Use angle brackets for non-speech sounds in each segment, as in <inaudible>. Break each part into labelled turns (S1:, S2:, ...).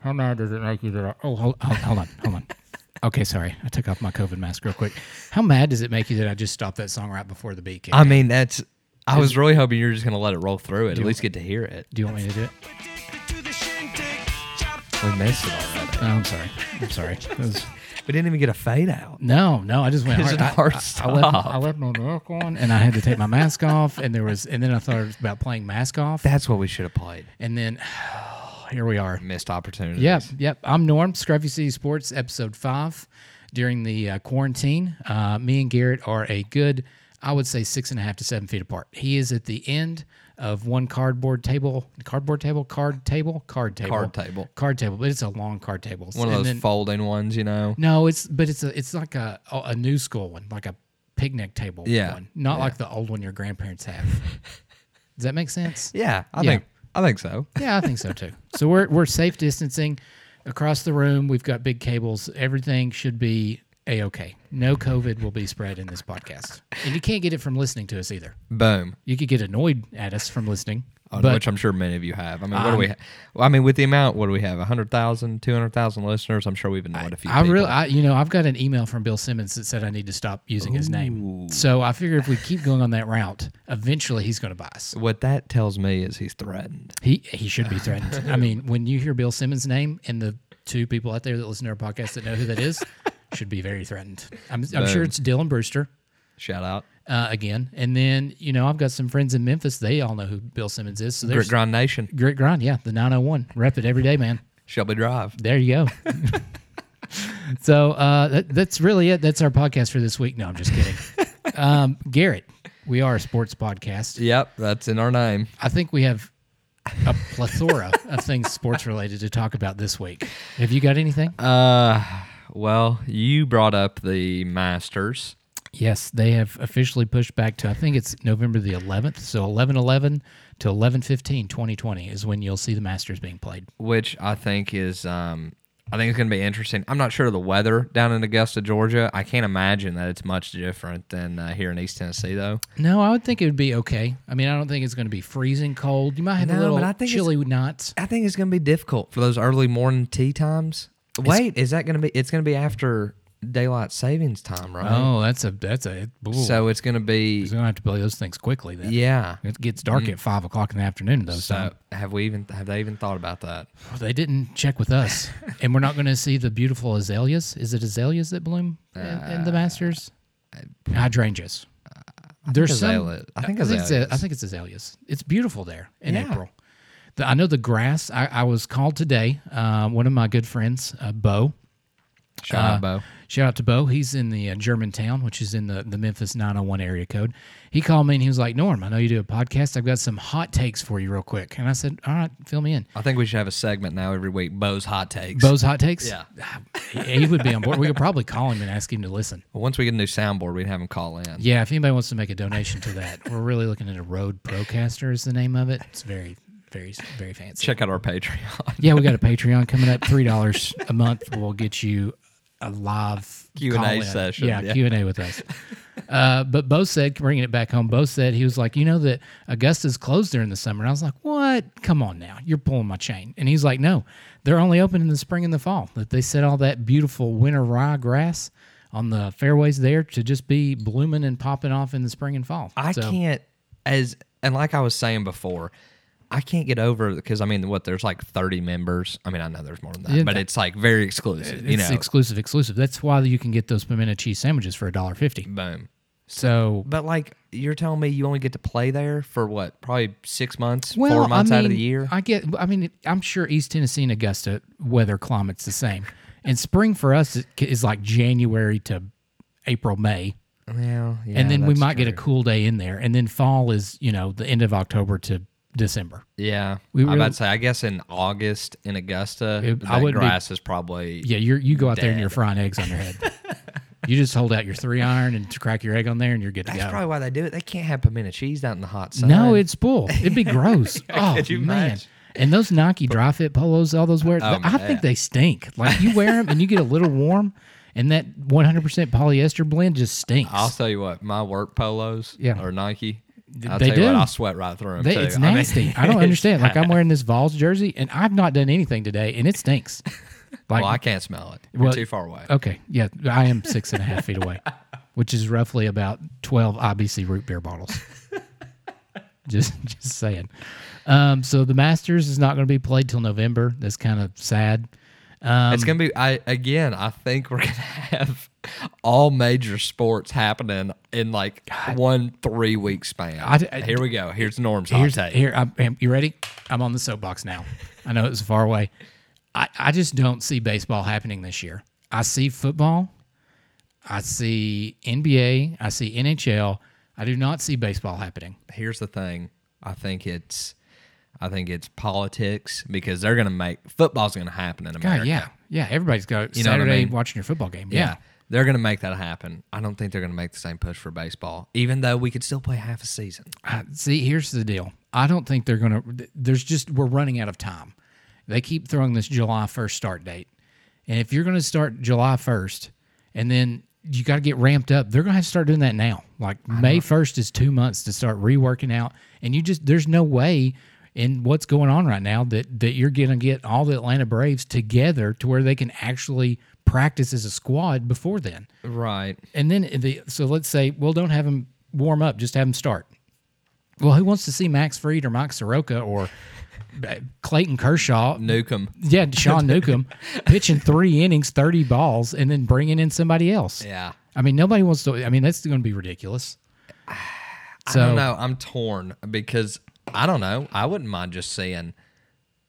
S1: how mad is it make you do that? Oh, hold, hold, hold on, hold
S2: <laughs>
S1: on. Okay, sorry. I took off my COVID mask real quick. How mad does it make you that I just stopped that song right before the beat came?
S2: I mean, that's. I was really hoping you were just gonna let it roll through it. At least get to hear it.
S1: do you want me
S2: <laughs>
S1: to do it?
S2: We missed it already.
S1: Oh, I'm sorry. I'm
S2: <laughs>
S1: sorry. That was-
S2: We didn't even get a fade out.
S1: no, no, I just went
S2: It was
S1: hard.
S2: a hard
S1: I, I, I, left,
S2: stop.
S1: I left my milk on, and I had to take my mask off, and there was, and then I thought about playing mask off,
S2: That's what we should have played.
S1: and then <sighs> here we are.
S2: Missed opportunity.
S1: Yep, yep. I'm Norm, Scruffy City Sports, episode five. During the uh, quarantine, uh, me and Garrett are a good, I would say, six and a half to seven feet apart. He is at the end of one cardboard table, cardboard table, card table, card table,
S2: Card table.
S1: card table. But it's a long card table.
S2: One of
S1: And
S2: those
S1: then-
S2: folding ones, you know.
S1: no, it's but it's a it's like a a new school one, like a picnic table
S2: Yeah,
S1: one, not like the old one your grandparents
S2: <laughs>
S1: have. Does that make sense?
S2: Yeah, I
S1: Yeah.
S2: think. I think so.
S1: Yeah, I think so too. So we're we're safe distancing across the room. We've got big cables. Everything should be a okay. No COVID will be spread in this podcast, and you can't get it from listening to us either.
S2: Boom.
S1: You could get annoyed at us from listening,
S2: On
S1: but
S2: which I'm sure many of you have. I mean, what do we? Ha- well, I mean, with the amount, what do we have? 100,000, 200,000 listeners. I'm sure we've annoyed a few.
S1: I
S2: people.
S1: really, I, you know, I've got an email from Bill Simmons that said I need to stop using his name. So I figure if we keep going on that route, eventually he's going to buy us.
S2: What that tells me is he's threatened.
S1: He he should be threatened. I mean, when you hear Bill Simmons' name and the two people out there that listen to our podcast that know who that is, should be very threatened. I'm, I'm sure it's Dylan Brewster
S2: Shout out,
S1: uh, again, and then you know I've got some friends in Memphis. They all know who Bill Simmons is. So
S2: Grit
S1: there's
S2: Grind Nation,
S1: Grit Grind, yeah, the 901, rep it every day, man.
S2: Shelby Drive.
S1: There you go. so uh, that, that's really it. That's our podcast for this week. No, I'm just kidding. Um, Garrett, we are a sports podcast.
S2: Yep, that's in our name.
S1: I think we have a plethora of things sports related to talk about this week. Have you got anything?
S2: Uh, well, you brought up the Masters.
S1: yes, they have officially pushed back to I think it's November the 11th, so 11/11 to 11/15 2020 is when you'll see the Masters being played.
S2: which I think is um, I think it's going to be interesting. I'm not sure of the weather down in Augusta, Georgia. I can't imagine that it's much different than uh, here in East Tennessee, though.
S1: No, I would think it would be okay. I mean, I don't think it's going to be freezing cold. You might have
S2: No,
S1: a little
S2: but I think it's-
S1: chilly nights.
S2: I think it's going to be difficult for those early morning tea times. Wait, is that going to be? It's going to be after daylight savings time, right?
S1: Oh, that's a that's a ooh,
S2: so it's going to be
S1: He's gonna have to play those things quickly then.
S2: yeah.
S1: It gets dark at five o'clock in the afternoon though. So
S2: So have we even have they even thought about that?
S1: they didn't check with
S2: <laughs>
S1: us, and we're not gonna see the beautiful azaleas. Is it azaleas that bloom in,
S2: Uh,
S1: in the Masters? Hydrangeas. There's
S2: azalea- I think
S1: it's-
S2: azaleas.
S1: I think it's azaleas. It's beautiful there in
S2: Yeah.
S1: April. The, I know the grass. I, I was called today. Uh, one of my good friends, uh, Bo,
S2: Shout out, Bo.
S1: Shout out to Bo. He's in the uh, Germantown, which is in the, the Memphis 901 area code. He called me and he was like, Norm, I know you do a podcast. I've got some hot takes for you, real quick. And I said, All right, fill me in.
S2: I think we should have a segment now every week. Bo's hot takes.
S1: Bo's hot takes?
S2: Yeah.
S1: He he would be on board. We could probably call him and ask him to listen.
S2: Once we get a new soundboard, we'd have him call in.
S1: Yeah, if anybody wants to make a donation to that, we're really looking at a Rode Procaster, is the name of it. It's very, very, very fancy.
S2: Check out our Patreon.
S1: Yeah, we got a Patreon coming up. Three dollars a month will get you a live
S2: Q&A
S1: call-in.
S2: session,
S1: Yeah,
S2: yeah.
S1: Q and A with us. Uh, but Bo said, bringing it back home. Bo said he was like, you know that Augusta's closed during the summer. And I was like, what? Come on now, you're pulling my chain. And he's like, no, they're only open in the spring and the fall. That they set all that beautiful winter rye grass on the fairways there to just be blooming and popping off in the spring and fall.
S2: I
S1: So-
S2: can't as and like I was saying before, I can't get over because I mean, what there's like 30 members. I mean, I know there's more than that,
S1: Yeah,
S2: but
S1: that-
S2: it's like very exclusive. You
S1: It's
S2: know,
S1: exclusive, exclusive. That's why you can get those pimento cheese sandwiches for a dollar fifty.
S2: boom.
S1: So
S2: But like you're telling me, you only get to play there for what? Probably six months,
S1: Well,
S2: four months
S1: I
S2: out of the
S1: mean,
S2: year.
S1: I get. I mean, I'm sure East Tennessee and Augusta weather climate's the same. And spring for us is- is like January to April, May,
S2: well, yeah,
S1: and then we
S2: that's
S1: might
S2: true.
S1: get a cool day in there. And then fall is you know the end of October to December.
S2: Yeah,
S1: we
S2: I'm
S1: really-
S2: about to say. I guess in August in Augusta,
S1: It- I
S2: that
S1: wouldn't be-
S2: grass is probably
S1: Yeah, you you go out there and you're frying eggs on your head. you just hold out your three iron and crack your egg on there, and you're good to
S2: That's
S1: go.
S2: probably why they do it. They can't have pimento cheese out in the hot sun.
S1: no, it's bull. It'd be gross. oh
S2: Uh, <laughs> could you
S1: man.
S2: imagine? Oh,
S1: And those Nike dry fit polos, all those wear, I think they stink. Like you wear them and you get a little warm, and that 100% polyester blend just stinks.
S2: I'll tell you what, my work polos
S1: Yeah.
S2: or Nike. I'll
S1: they
S2: tell you
S1: do.
S2: what, I sweat right through them.
S1: They-
S2: too.
S1: it's
S2: I mean,
S1: nasty. I, don't understand. Like I'm wearing this Vols jersey, and I've not done anything today, and it stinks. Like
S2: <laughs> well, I can't smell it.
S1: Well,
S2: You're too far away.
S1: okay, yeah, I am six and a half feet away, which is roughly about twelve IBC root beer bottles. <laughs> just, just saying. Um, so the Masters is not going to be played till November. That's kind of sad. um,
S2: it's gonna be. I again. I think we're <laughs> gonna have all major sports happening in like one three week span.
S1: I- I-
S2: here we go. Here's Norm's
S1: Here's
S2: hot take.
S1: here. I'm, am- you ready? I'm on the soapbox now. I know it was far away. I, I just don't see baseball happening this year. I see football. I see NBA. I see NHL. I do not see baseball happening.
S2: here's the thing. I think it's I think it's politics because they're gonna make football's gonna happen in America.
S1: God, yeah, yeah. Everybody's got
S2: know what I
S1: Saturday
S2: mean?
S1: watching your football game. Yeah.
S2: Yeah, They're gonna make that happen. I don't think they're gonna make the same push for baseball, even though we could still play half a season.
S1: I- see, here's the deal. I don't think they're gonna. There's just we're running out of time. They keep throwing this July 1st start date, and if you're gonna start July 1st, and then you got to get ramped up, they're gonna have to start doing that now. Like May 1st is two months to start reworking out, and you just there's no way in what's going on right now that that you're gonna get all the Atlanta Braves together to where they can actually practice as a squad before then.
S2: Right.
S1: And then the so let's say, well, don't have him warm up, just have him start. Well, who wants to see Max Fried or Mike Soroka or <laughs> uh, Clayton Kershaw?
S2: Newcomb.
S1: Yeah, Sean
S2: <laughs>
S1: Newcomb pitching three innings, thirty balls, and then bringing in somebody else.
S2: Yeah.
S1: I mean, nobody wants to. I mean, that's going to be
S2: <sighs>
S1: ridiculous. So
S2: I don't know. I'm torn because I don't know. I wouldn't mind just seeing,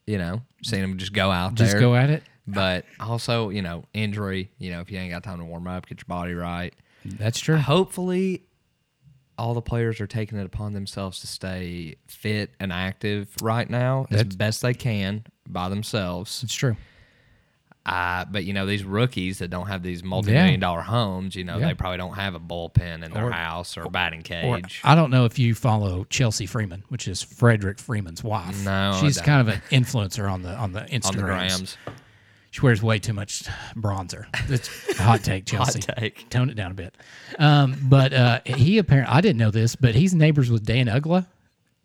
S2: you know, seeing them just go out
S1: just
S2: there.
S1: go at it.
S2: but also, you know, injury. You know, if you ain't got time to warm up, get your body right.
S1: That's
S2: <sighs>
S1: true.
S2: hopefully all the players are taking it upon themselves to stay fit and active right now as best they can by themselves.
S1: It's true.
S2: Uh, but you know these rookies that don't have these multi-million dollar homes, you know
S1: Yeah.
S2: they probably don't have a bullpen in their house or a batting
S1: Or-
S2: cage.
S1: I don't know if you follow Chelsea Freeman, which is Frederick Freeman's wife.
S2: No, I
S1: she's
S2: don't.
S1: kind of an influencer on the on the Instagrams.
S2: on the grams,
S1: She wears way too much bronzer. It's a hot take, Chelsea.
S2: take.
S1: Tone it down a bit. Um, but uh, he apparently, I didn't know this, but he's neighbors with Dan Ugla.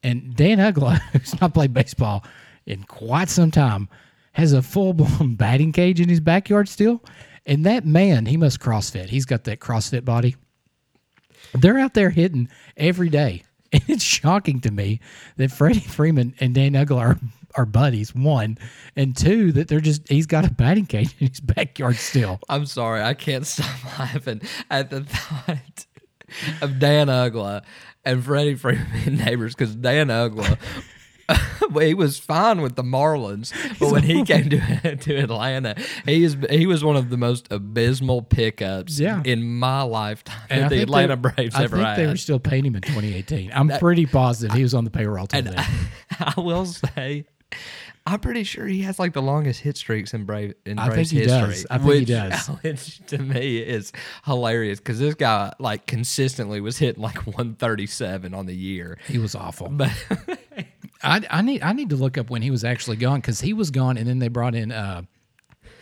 S1: And Dan Ugla, <laughs> who's not played baseball in quite some time, has a full blown <laughs> batting cage in his backyard still. And that man, he must CrossFit. He's got that CrossFit body. They're out there hitting every day. <laughs> And it's shocking to me that Freddie Freeman and Dan Ugla are, are buddies, one, and two, that they're just, he's got a batting cage in his backyard still.
S2: I'm sorry, I can't <laughs> stop laughing at the thought of Dan Ugla and Freddie Freeman <laughs> neighbors because Dan Ugla. <laughs> well, he was fine with the Marlins, but when he came to <laughs> to Atlanta, he is he was one of the most abysmal pickups
S1: Yeah.
S2: in my lifetime
S1: And
S2: that
S1: I
S2: the
S1: think they-
S2: Atlanta Braves
S1: I
S2: ever
S1: think they
S2: had.
S1: were still paying him in 2018. I'm pretty positive he was on the payroll till then.
S2: <laughs> I will say, I'm pretty sure he has like the longest hit streaks in Brave in
S1: I
S2: Braves
S1: think he
S2: history.
S1: does. I think he
S2: which,
S1: does.
S2: <laughs> Which to me is hilarious because this guy like consistently was hitting like 137 on the year.
S1: He was awful. I, I need I need to look up when he was actually gone because he was gone, and then they brought in uh,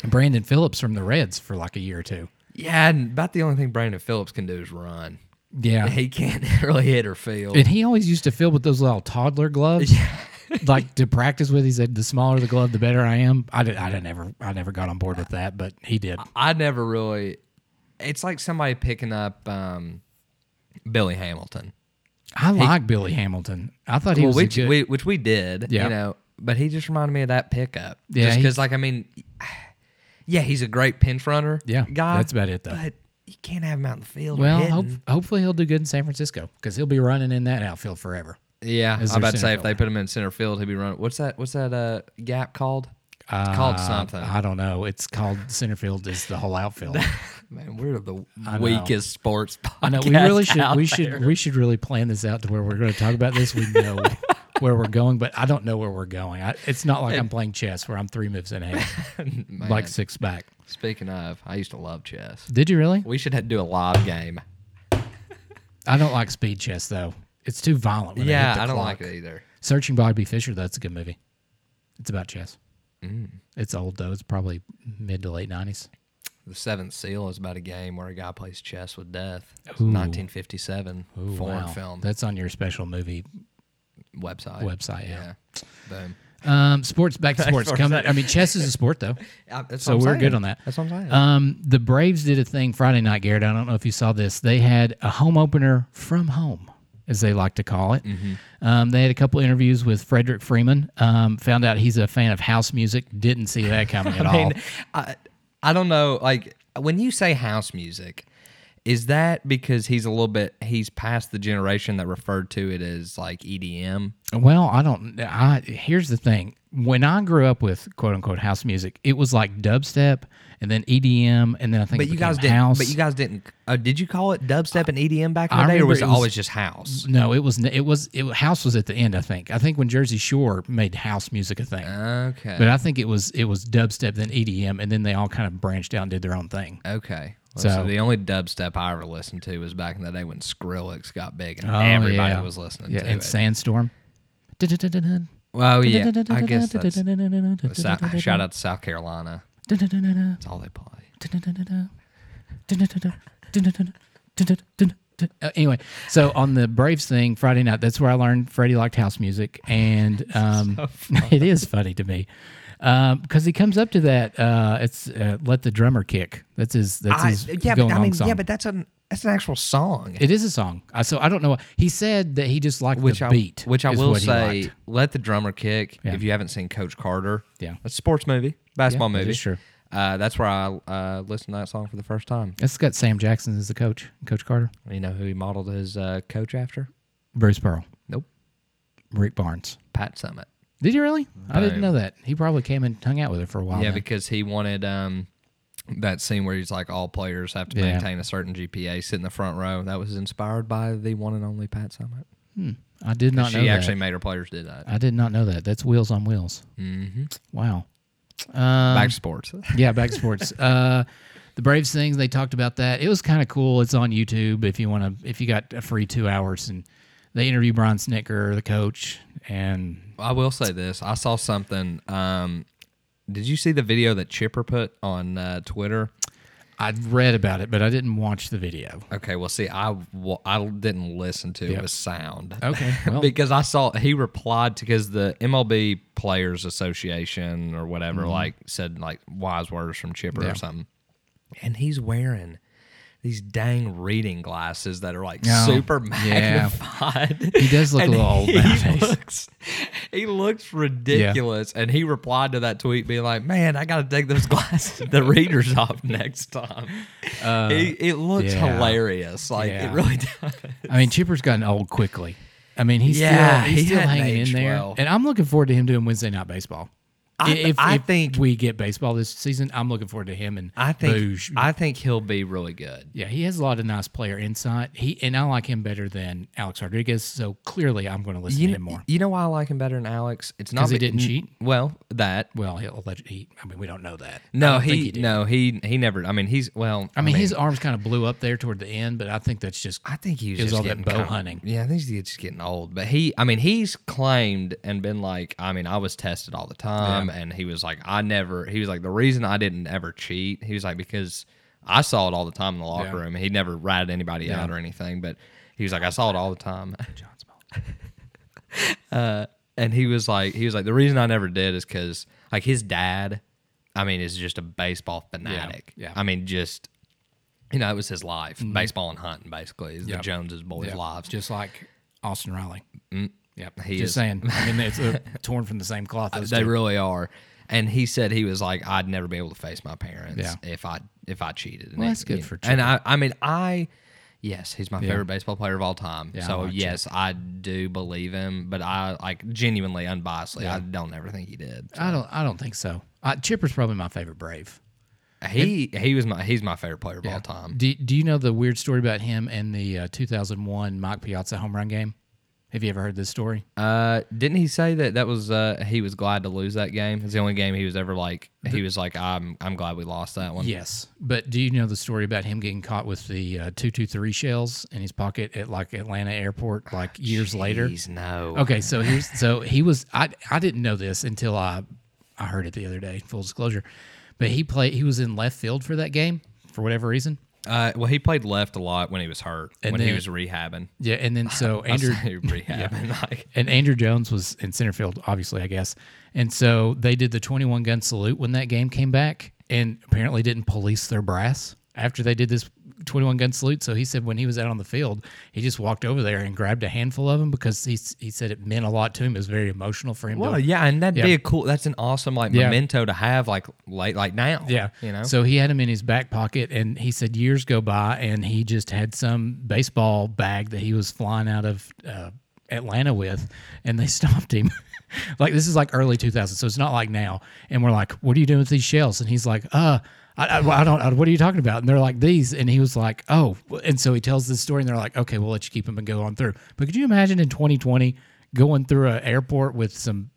S1: Brandon Phillips from the Reds for like a year or two.
S2: <laughs> Yeah, and about the only thing Brandon Phillips can do is run.
S1: Yeah,
S2: He can't <laughs> really hit or field.
S1: and he always used to fill with those little toddler gloves. <laughs> like to practice with, he said, "The smaller the glove, the better I am." I did, I did never, I never got on board with that, but he did.
S2: I never really. It's like somebody picking up um, Billy Hamilton.
S1: I like Billy Hamilton. I thought he
S2: well,
S1: was a
S2: which
S1: good.
S2: we, which we did,
S1: Yeah.
S2: you know. But he just reminded me of that pickup.
S1: Yeah,
S2: just
S1: he's-
S2: because, like, I mean, yeah, he's a great pinch runner.
S1: Yeah,
S2: guy.
S1: that's about it, though.
S2: But you can't have him out in the field.
S1: well,
S2: hitting.
S1: hope, hopefully he'll do good in San Francisco because he'll be running in that outfield forever.
S2: yeah,
S1: as
S2: I'm
S1: their
S2: about to
S1: center
S2: say if they put him in center field, he'd be running. What's that? What's that uh, gap called? It's called
S1: Uh,
S2: something.
S1: I don't know. It's called center field is the whole outfield.
S2: <laughs> Man, we're the
S1: know.
S2: weakest sports podcast.
S1: I know we really should
S2: out
S1: we
S2: there.
S1: should we should really plan this out to where we're going to talk about this. We
S2: <laughs>
S1: know where we're going, but I don't know where we're going. I, it's not like I'm playing chess where I'm three moves in
S2: <laughs>
S1: ahead, like six back.
S2: Speaking of, I used to love chess.
S1: Did you really?
S2: We should have, do a live game.
S1: I don't like speed chess though. It's too violent. When
S2: Yeah,
S1: they hit the
S2: I don't
S1: clock.
S2: like it either.
S1: Searching Bobby Fischer. That's a good movie.
S2: Mm.
S1: It's about chess. It's old though. It's probably mid to late nineties.
S2: The Seventh Seal is about a game where a guy plays chess with death. It's a
S1: Ooh.
S2: 1957
S1: Ooh,
S2: foreign
S1: wow.
S2: film
S1: That's on your special movie
S2: website.
S1: website. Yeah.
S2: yeah. Boom.
S1: Um, sports
S2: <laughs>
S1: back to sports.
S2: sports,
S1: Come,
S2: back.
S1: I mean, chess is a sport
S2: <laughs>
S1: though,
S2: I- that's
S1: so
S2: what I'm
S1: we're good
S2: saying.
S1: on that.
S2: That's what I'm saying.
S1: Um, the Braves did a thing Friday night, Garrett. I don't know if you saw this. They had a home opener from home, as they like to call it.
S2: Mm-hmm.
S1: Um, they had a couple interviews with Frederick Freeman. Um, found out he's a fan of house music. Didn't see that coming at
S2: <laughs> I mean,
S1: all.
S2: I, I don't know. Like when you say house music, is that because he's a little bit he's past the generation that referred to it as like E EDM?
S1: Well, I don't. I here's the thing. When I grew up with quote unquote house music, it was like dubstep and then EDM, and then I think
S2: But
S1: it
S2: you guys
S1: became
S2: didn't.
S1: house.
S2: But you guys didn't. Uh, did you call it dubstep and EDM back in
S1: I
S2: the day, or
S1: remember
S2: was
S1: it
S2: it
S1: was-
S2: always just house?
S1: no, it was it was it, house was at the end. I think. I think when Jersey Shore made house music a thing.
S2: Uh, Okay.
S1: Mm. But I think it was it was dubstep, then EDM, and then they all kind of branched out and did their own thing.
S2: okay. Well,
S1: So-
S2: so, the only dubstep I ever listened to was back in the day when Skrillex got big and
S1: Oh,
S2: everybody
S1: yeah.
S2: was listening
S1: Yeah,
S2: to
S1: and
S2: it.
S1: Sandstorm. Dun-dun-dun-dun-dun.
S2: well, yeah, I guess
S1: <laughs>
S2: that's Sou-
S1: Dun-dun-dun-dun-dun-dun-dun-dun-dun.
S2: shout out to South Carolina.
S1: Dun-dun-dun-dun-dun.
S2: That's all they play.
S1: Dun-dun-dun-dun. Dun-dun-dun-dun. Dun-dun-dun-dun. Dun-dun-dun-dun. Uh, Anyway, so on the Braves thing Friday night, that's where I learned Freddie liked house music,
S2: <laughs>
S1: and um, <laughs> it is funny to me because he comes up to that. Uh, it's uh, "Let the Drummer Kick." That's his. That's
S2: I-
S1: his
S2: yeah,
S1: going
S2: but I
S1: home
S2: mean,
S1: song.
S2: yeah, but that's an that's an actual song.
S1: It is a song. I, so I don't know. He said that he just liked
S2: which
S1: the
S2: I
S1: beat.
S2: which I
S1: is
S2: will
S1: what he
S2: say,
S1: liked.
S2: let the drummer kick.
S1: Yeah.
S2: If you haven't seen Coach Carter,
S1: Yeah.
S2: it's a sports movie, basketball
S1: Yeah, it
S2: movie.
S1: is true.
S2: Uh, that's where I uh, listened to that song for the first time.
S1: It's got Sam Jackson as the coach, Coach Carter,
S2: You know who he modeled his uh, coach after?
S1: Bruce Pearl,
S2: Nope,
S1: Rick Barnes.
S2: Pat Summit.
S1: Did you really? I didn't
S2: Boom.
S1: know that. He probably came and hung out with her for a while.
S2: yeah,
S1: then.
S2: because he wanted um, that scene where he's like, all players have to
S1: Yeah.
S2: maintain a certain GPA, sit in the front row. That was inspired by the one and only Pat Summit.
S1: I did not know
S2: She
S1: that.
S2: actually made her players do that.
S1: I did not know that. That's Wheels on Wheels.
S2: Mm-hmm.
S1: Wow. Um,
S2: Back to sports.
S1: yeah, back to
S2: <laughs>
S1: sports. Uh, the Braves thing they talked about that. It was kind of cool. It's on YouTube if you want to. If you got a free two hours, and they interview Brian Snicker, the coach, and
S2: I will say this. I saw something. Um, did you see the video that Chipper put on uh, Twitter?
S1: I read about it, but I didn't watch the video.
S2: Okay, well, see, I, wa- I didn't listen to
S1: Yep.
S2: it with sound. <laughs>
S1: Okay, well-
S2: because I saw he replied to because the MLB Players Association or whatever like said like wise words from Chipper
S1: Yeah.
S2: or something, and he's wearing these dang reading glasses that are like
S1: Oh,
S2: super
S1: yeah.
S2: magnified. <laughs>
S1: He does look a
S2: And
S1: little old
S2: he
S1: nowadays.
S2: <laughs> Looks, he looks ridiculous, and he replied to that tweet being like, "Man, I got to take those <laughs> glasses, the readers off next time." He- it looks
S1: yeah.
S2: hilarious, like
S1: Yeah.
S2: it really <laughs> does.
S1: I mean, Chipper's gotten old quickly. I mean, he's
S2: Yeah,
S1: still, he's
S2: he
S1: still
S2: hadn't
S1: hanging in
S2: aged
S1: there,
S2: well.
S1: and I'm looking forward to him doing Wednesday night baseball.
S2: I- I think-
S1: we get baseball this season. I'm looking forward to him and
S2: I think
S1: Boosh.
S2: I think he'll be really good.
S1: yeah, he has a lot of nice player insight. He and I like him better than Alex Rodriguez. So clearly, I'm going to listen
S2: You
S1: to
S2: know,
S1: him more.
S2: you know why I like him better than Alex? It's not
S1: 'Cause he
S2: be-
S1: didn't
S2: n-
S1: cheat?
S2: Well, that
S1: Well, he'll alleged, he. I mean, we don't know that. I
S2: no,
S1: don't think
S2: he,
S1: did.
S2: no he he never. I mean, he's well.
S1: I mean, his arms kind of blew up there toward the end, but I think that's just
S2: I think he was,
S1: It was
S2: just
S1: all that
S2: getting
S1: bow
S2: kind of-
S1: hunting.
S2: Yeah, I think he's just getting old. But he, I mean, he's claimed and been like, I mean, I was tested all the time, and he was like, I never. He was like, the reason I didn't ever cheat, he was like, because I saw it all the time in the locker
S1: Yeah.
S2: room. He never ratted anybody out or anything, but he was like, I saw it all the time. John uh, and he was like, he was like, the reason I never did is because like his dad, I mean, is just a baseball fanatic.
S1: yeah. Mm-hmm.
S2: I mean, just you know, it was his life, baseball and hunting, basically, is
S1: Yep.
S2: the Joneses boys'
S1: Yeah,
S2: lives.
S1: just like Austin Riley. Yep,
S2: Mm. he
S1: just
S2: is. <laughs> Uh,
S1: saying. I mean, it's uh, torn from the same cloth. Those
S2: they
S1: two.
S2: really are. And he said he was like, I'd never be able to face my parents
S1: Yeah.
S2: if I if I cheated. And
S1: Well,
S2: it-
S1: that's good
S2: you-
S1: for
S2: And I, I mean, I, yes, he's my favorite baseball player of all time.
S1: Yeah, I
S2: so
S1: like Chip.
S2: yes, I do believe him, but I like genuinely, unbiasedly, I don't ever think he did.
S1: I don't. I don't think so. I, Chipper's probably my favorite Brave.
S2: He he was my he's my favorite player of all time.
S1: Do Do you know the weird story about him and the uh, 2001 Mike Piazza home run game? Have you ever heard this story?
S2: Uh, didn't he say that that was uh he was glad to lose that game? It's the only game he was ever like he was like I'm I'm glad we lost that one.
S1: Yes, but do you know the story about him getting caught with the uh, 223 shells in his pocket at like Atlanta airport, like years later?
S2: Jeez, no.
S1: Okay, so here's so he was I I didn't know this until I I heard it the other day, full disclosure. But he played. He was in left field for that game for whatever reason.
S2: Uh, well, he played left a lot when he was hurt,
S1: And
S2: when he
S1: then-
S2: was rehabbing.
S1: Yeah, and then so
S2: I
S1: Andrew
S2: say <laughs> rehabbing, like
S1: and Andrew Jones was in center field, obviously, I guess. And so they did the 21 gun salute when that game came back, and apparently didn't police their brass after they did this 21 gun salute. So he said when he was out on the field, he just walked over there and grabbed a handful of them because he s- he said it meant a lot to him. It was very emotional for him.
S2: Well,
S1: to,
S2: yeah, and that'd
S1: Yeah.
S2: be a cool. That's an awesome like
S1: Yeah.
S2: memento to have like late like now.
S1: Yeah.
S2: you know.
S1: So he had him in his back pocket and he said years go by and he just had some baseball bag that he was flying out of uh, Atlanta with and they <laughs> stopped him. like this is like early 2000s. So it's not like now. And we're like, what are you doing with these shells? And he's like, uh, I, I, well, I don't, I, what are you talking about? And they're like these. And he was like, oh, and so he tells this story and they're like, okay, we'll let you keep him and go on through. But could you imagine in 2020 going through an airport with some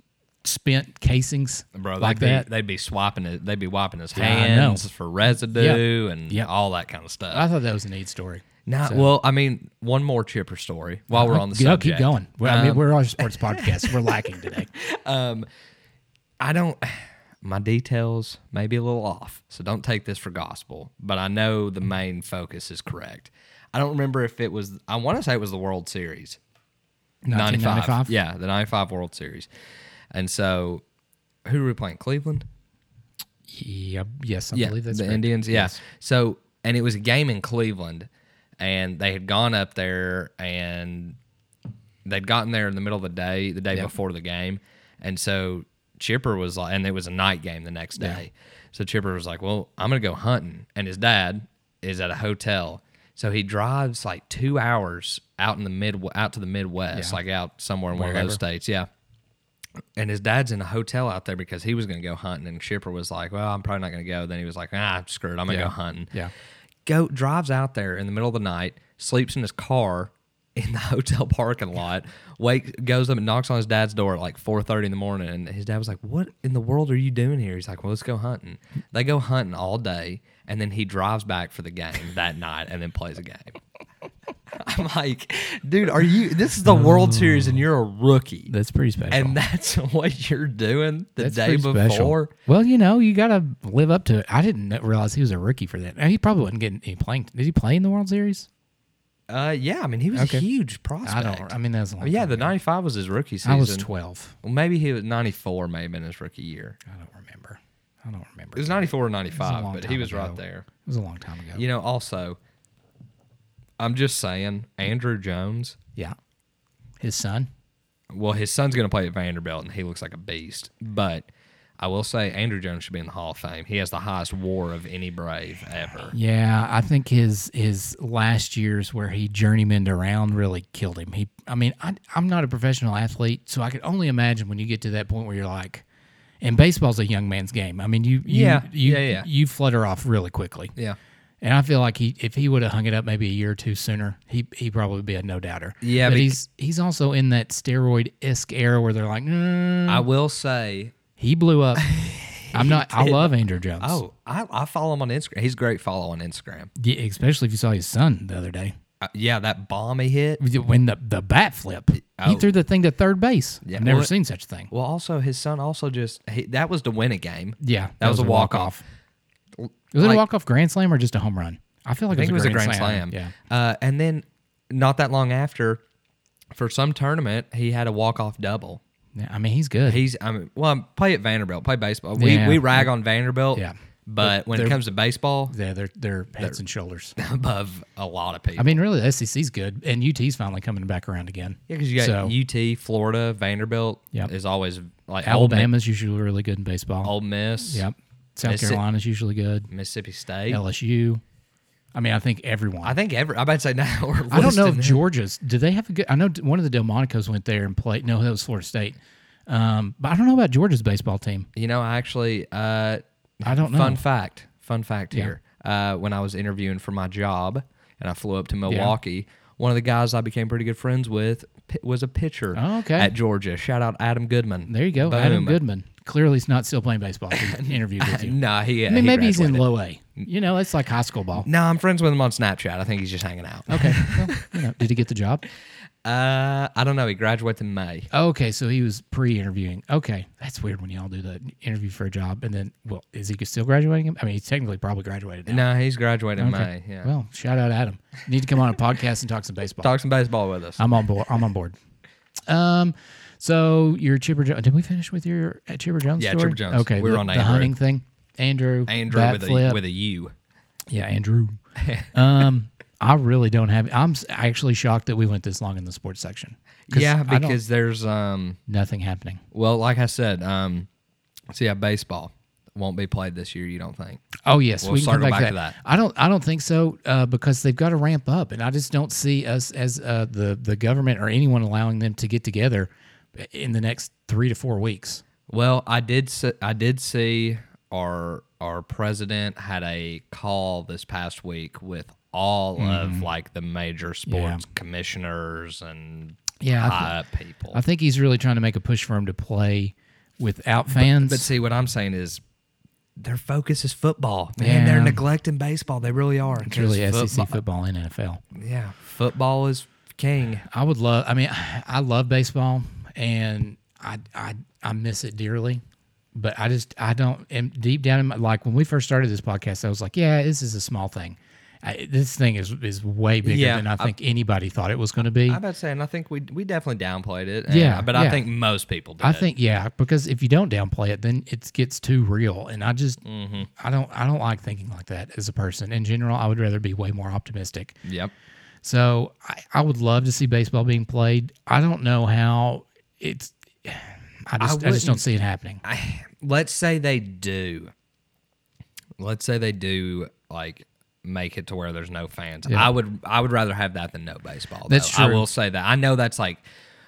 S1: spent casings
S2: Bro, they'd
S1: like
S2: be,
S1: that?
S2: they'd be swapping it. They'd be wiping his
S1: I know.
S2: hands for residue and
S1: Yeah.
S2: all that kind of stuff.
S1: I thought that was a neat story.
S2: Now, well, I mean, one more chipper story while we're on the
S1: Uh-huh. Yeah,
S2: subject. Um,
S1: keep going. Well, I mean, we're on a <laughs> sports podcast. We're lacking today.
S2: I don't. <sighs> My details may be a little off, so don't take this for gospel. But I know the main focus is correct. I don't remember if it was. I want to say it was the World Series.
S1: 1995.
S2: Yeah, the 95 World Series. And so, who were we playing? Cleveland?
S1: Yeah. Yes, I believe that's
S2: the
S1: correct.
S2: Indians. Yeah. So, and it was a game in Cleveland, and they had gone up there and they'd gotten there in the middle of the day, the day before the game, and so Chipper was like, and it was a night game the next day, so Chipper was like, "Well, I'm gonna go hunting," and his dad is at a hotel, so he drives like two hours out in the mid out to the Midwest, like out somewhere in one of
S1: Wherever.
S2: those states, yeah. And his dad's in a hotel out there because he was going to go hunting, and Chipper was like, "Well, I'm probably not going to go." Then he was like, "Ah, screw it, I'm going to
S1: Yeah.
S2: go hunting."
S1: Yeah.
S2: go drives out there in the middle of the night, sleeps in his car in the <laughs> hotel parking lot. Wake goes up and knocks on his dad's door at like four thirty in the morning, and his dad was like, "What in the world are you doing here?" He's like, "Well, let's go hunting." They go hunting all day, and then he drives back for the game that night, and then plays a game. <laughs> I'm like, dude, are you? This is the World Series, and you're a rookie,
S1: That's pretty special.
S2: and <laughs> that's what you're doing the
S1: that's
S2: day
S1: pretty special.
S2: before.
S1: Well, you know, you got to live up to it. I didn't kn- realize he was a rookie for that. He probably wasn't getting any playing. Did he play in the World Series?
S2: Uh, yeah, I mean, he was
S1: Okay.
S2: a huge prospect.
S1: I don't. I mean, that was a long
S2: yeah,
S1: time
S2: the
S1: ago.
S2: '95 was his rookie season.
S1: I was 12.
S2: Well, maybe he was 94, may have been his rookie year.
S1: I don't remember. I don't remember.
S2: It was 94 or
S1: It was a
S2: 95,
S1: long
S2: but he
S1: time
S2: was right
S1: ago.
S2: there.
S1: It was a long time ago.
S2: You know, also, I'm just saying, Andrew Jones,
S1: Yeah. His son.
S2: well, his son's going to play at Vanderbilt, and he looks like a beast. But I will say, Andrew Jones should be in the Hall of Fame. He has the highest war of any Brave ever.
S1: Yeah, I think his his last years where he journeymaned around really killed him. He, I mean, I, I'm not a professional athlete, so I can only imagine when you get to that point where you're like, and baseball's a young man's game. I mean, you, you
S2: Yeah,
S1: you,
S2: yeah, yeah.
S1: you flutter off really quickly.
S2: Yeah.
S1: And I feel like he, if he would have hung it up maybe a year or two sooner, he he probably would be a no doubter.
S2: Yeah,
S1: but
S2: bec-
S1: he's he's also in that steroid esque era where they're like, mm,
S2: I will say,
S1: he blew
S2: <laughs>
S1: up. I'm not. I love Andrew Jones.
S2: oh, I, I follow him on Instagram. He's a great follow on Instagram.
S1: yeah, especially if you saw his son the other day.
S2: Uh, yeah, that bomb he hit.
S1: when the, the bat flip. He
S2: Oh.
S1: threw the thing to third base.
S2: Yeah.
S1: I've never
S2: Well,
S1: seen such a thing.
S2: Well, also, his son also just, he, that was to win a game.
S1: Yeah, that,
S2: was a walk-off.
S1: Was it
S2: Like-
S1: a walk off grand slam or just a home run? I feel like
S2: I think
S1: it, was a grand slam. Yeah.
S2: Uh, and then not that long after, for some tournament, he had a walk off double.
S1: yeah, I mean he's good.
S2: He's I mean, well, play at Vanderbilt, play baseball. We
S1: Yeah.
S2: we rag on Vanderbilt,
S1: Yeah.
S2: But when it
S1: They're-
S2: comes to baseball, <laughs>
S1: yeah, they're they're heads and shoulders.
S2: above a lot of people.
S1: I mean, really, the SEC's good, and UT's finally coming back around again.
S2: yeah, because you got
S1: so,
S2: UT, Florida, Vanderbilt.
S1: Yeah.
S2: is always like Alabama, E
S1: Alabama's usually really good in baseball.
S2: Ole Miss,
S1: yep. South
S2: Missi-
S1: Carolina's usually good.
S2: Mississippi State.
S1: LSU. I mean, I think everyone.
S2: I think every. I about to say now. <laughs> We're
S1: I don't know if
S2: listing-
S1: Georgia's. Do they have a good? I know d- one of the Delmonicos went there and played. No, that was Florida State. Um, but I don't know about Georgia's baseball team.
S2: You know, I actually. Uh,
S1: I don't know.
S2: Fun fact. Fun fact here. Uh, when I was interviewing for my job and I flew up to Milwaukee, one of the guys I became pretty good friends with pi- was a pitcher
S1: Oh, okay.
S2: at Georgia. Shout out Adam Goodman.
S1: There you go, Adam
S2: Boom.
S1: Goodman. Clearly, he's not still playing baseball.
S2: <laughs>
S1: He interviewed with you.
S2: Nah, he.
S1: I mean, maybe he's in low A. You know, it's like high school ball.
S2: No, I'm friends with him on Snapchat. I think he's just hanging out.
S1: Okay. Well, you know, did he get the job?
S2: Uh, I don't know. He graduates in May.
S1: Okay, so he was pre-interviewing. Okay, that's weird when y'all do the interview for a job and then, well, is he still graduating? him? I mean, he's technically probably graduated now.
S2: No, he's graduating in
S1: Okay.
S2: May. Yeah.
S1: Well, shout out Adam. You need to come on a podcast and talk some baseball.
S2: Talk some baseball with us.
S1: I'm on board. I'm on board. Um, so your Chipper Jones. Did we finish with your uh, Chipper Jones?
S2: Yeah,
S1: story?
S2: Chipper Jones.
S1: Okay,
S2: We were
S1: the,
S2: on
S1: the
S2: Andrew.
S1: hunting thing. Andrew.
S2: Andrew
S1: bat
S2: with
S1: flip.
S2: a with a U.
S1: yeah,
S2: <laughs>
S1: Andrew. um, I really don't have. I'm s- actually shocked that we went this long in the sports section. 'Cause
S2: Yeah,
S1: I don't-
S2: because there's um
S1: nothing happening.
S2: well, like I said, um so yeah, baseball won't be played this year, you don't think.
S1: Oh yes,
S2: We'll
S1: we can come
S2: circle
S1: back, to,
S2: back to
S1: that. I don't. I don't think so uh, because they've got to ramp up, and I just don't see us as uh, the the government or anyone allowing them to get together uh, in the next three to four weeks.
S2: Well, I did see, I did see our our president had a call this past week with all of like the major sports commissioners and
S1: Yeah, I thi-
S2: high up people.
S1: I think he's really trying to make a push for him to play without fans.
S2: But see, what I'm saying is their focus is football. Man, they're
S1: Yeah.
S2: neglecting baseball. They really are. It's
S1: really, SEC football and NFL.
S2: Yeah, football is king.
S1: I would love. I mean, I love baseball, and I I I miss it dearly. But I just I don't. And deep down in my like when we first started this podcast, I was like, yeah, this is a small thing. I, this thing is is way bigger
S2: Yeah,
S1: than I
S2: I-
S1: think anybody thought it was going to be.
S2: I'm about saying I think we we definitely downplayed it. and-
S1: Yeah,
S2: but
S1: yeah.
S2: I think most people did.
S1: I think yeah, because if you don't downplay it, then it gets too real, and I just
S2: Mm-hmm.
S1: I don't I don't like thinking like that as a person in general. I would rather be way more optimistic.
S2: Yep.
S1: So I, I would love to see baseball being played. I don't know how it's. I just I, just don't
S2: wouldn't-
S1: see it happening.
S2: I, let's say they do. Let's say they do like make it to where there's no fans. I would I would rather have that than no baseball. though.
S1: That's
S2: I
S1: true.
S2: will say that. I know that's like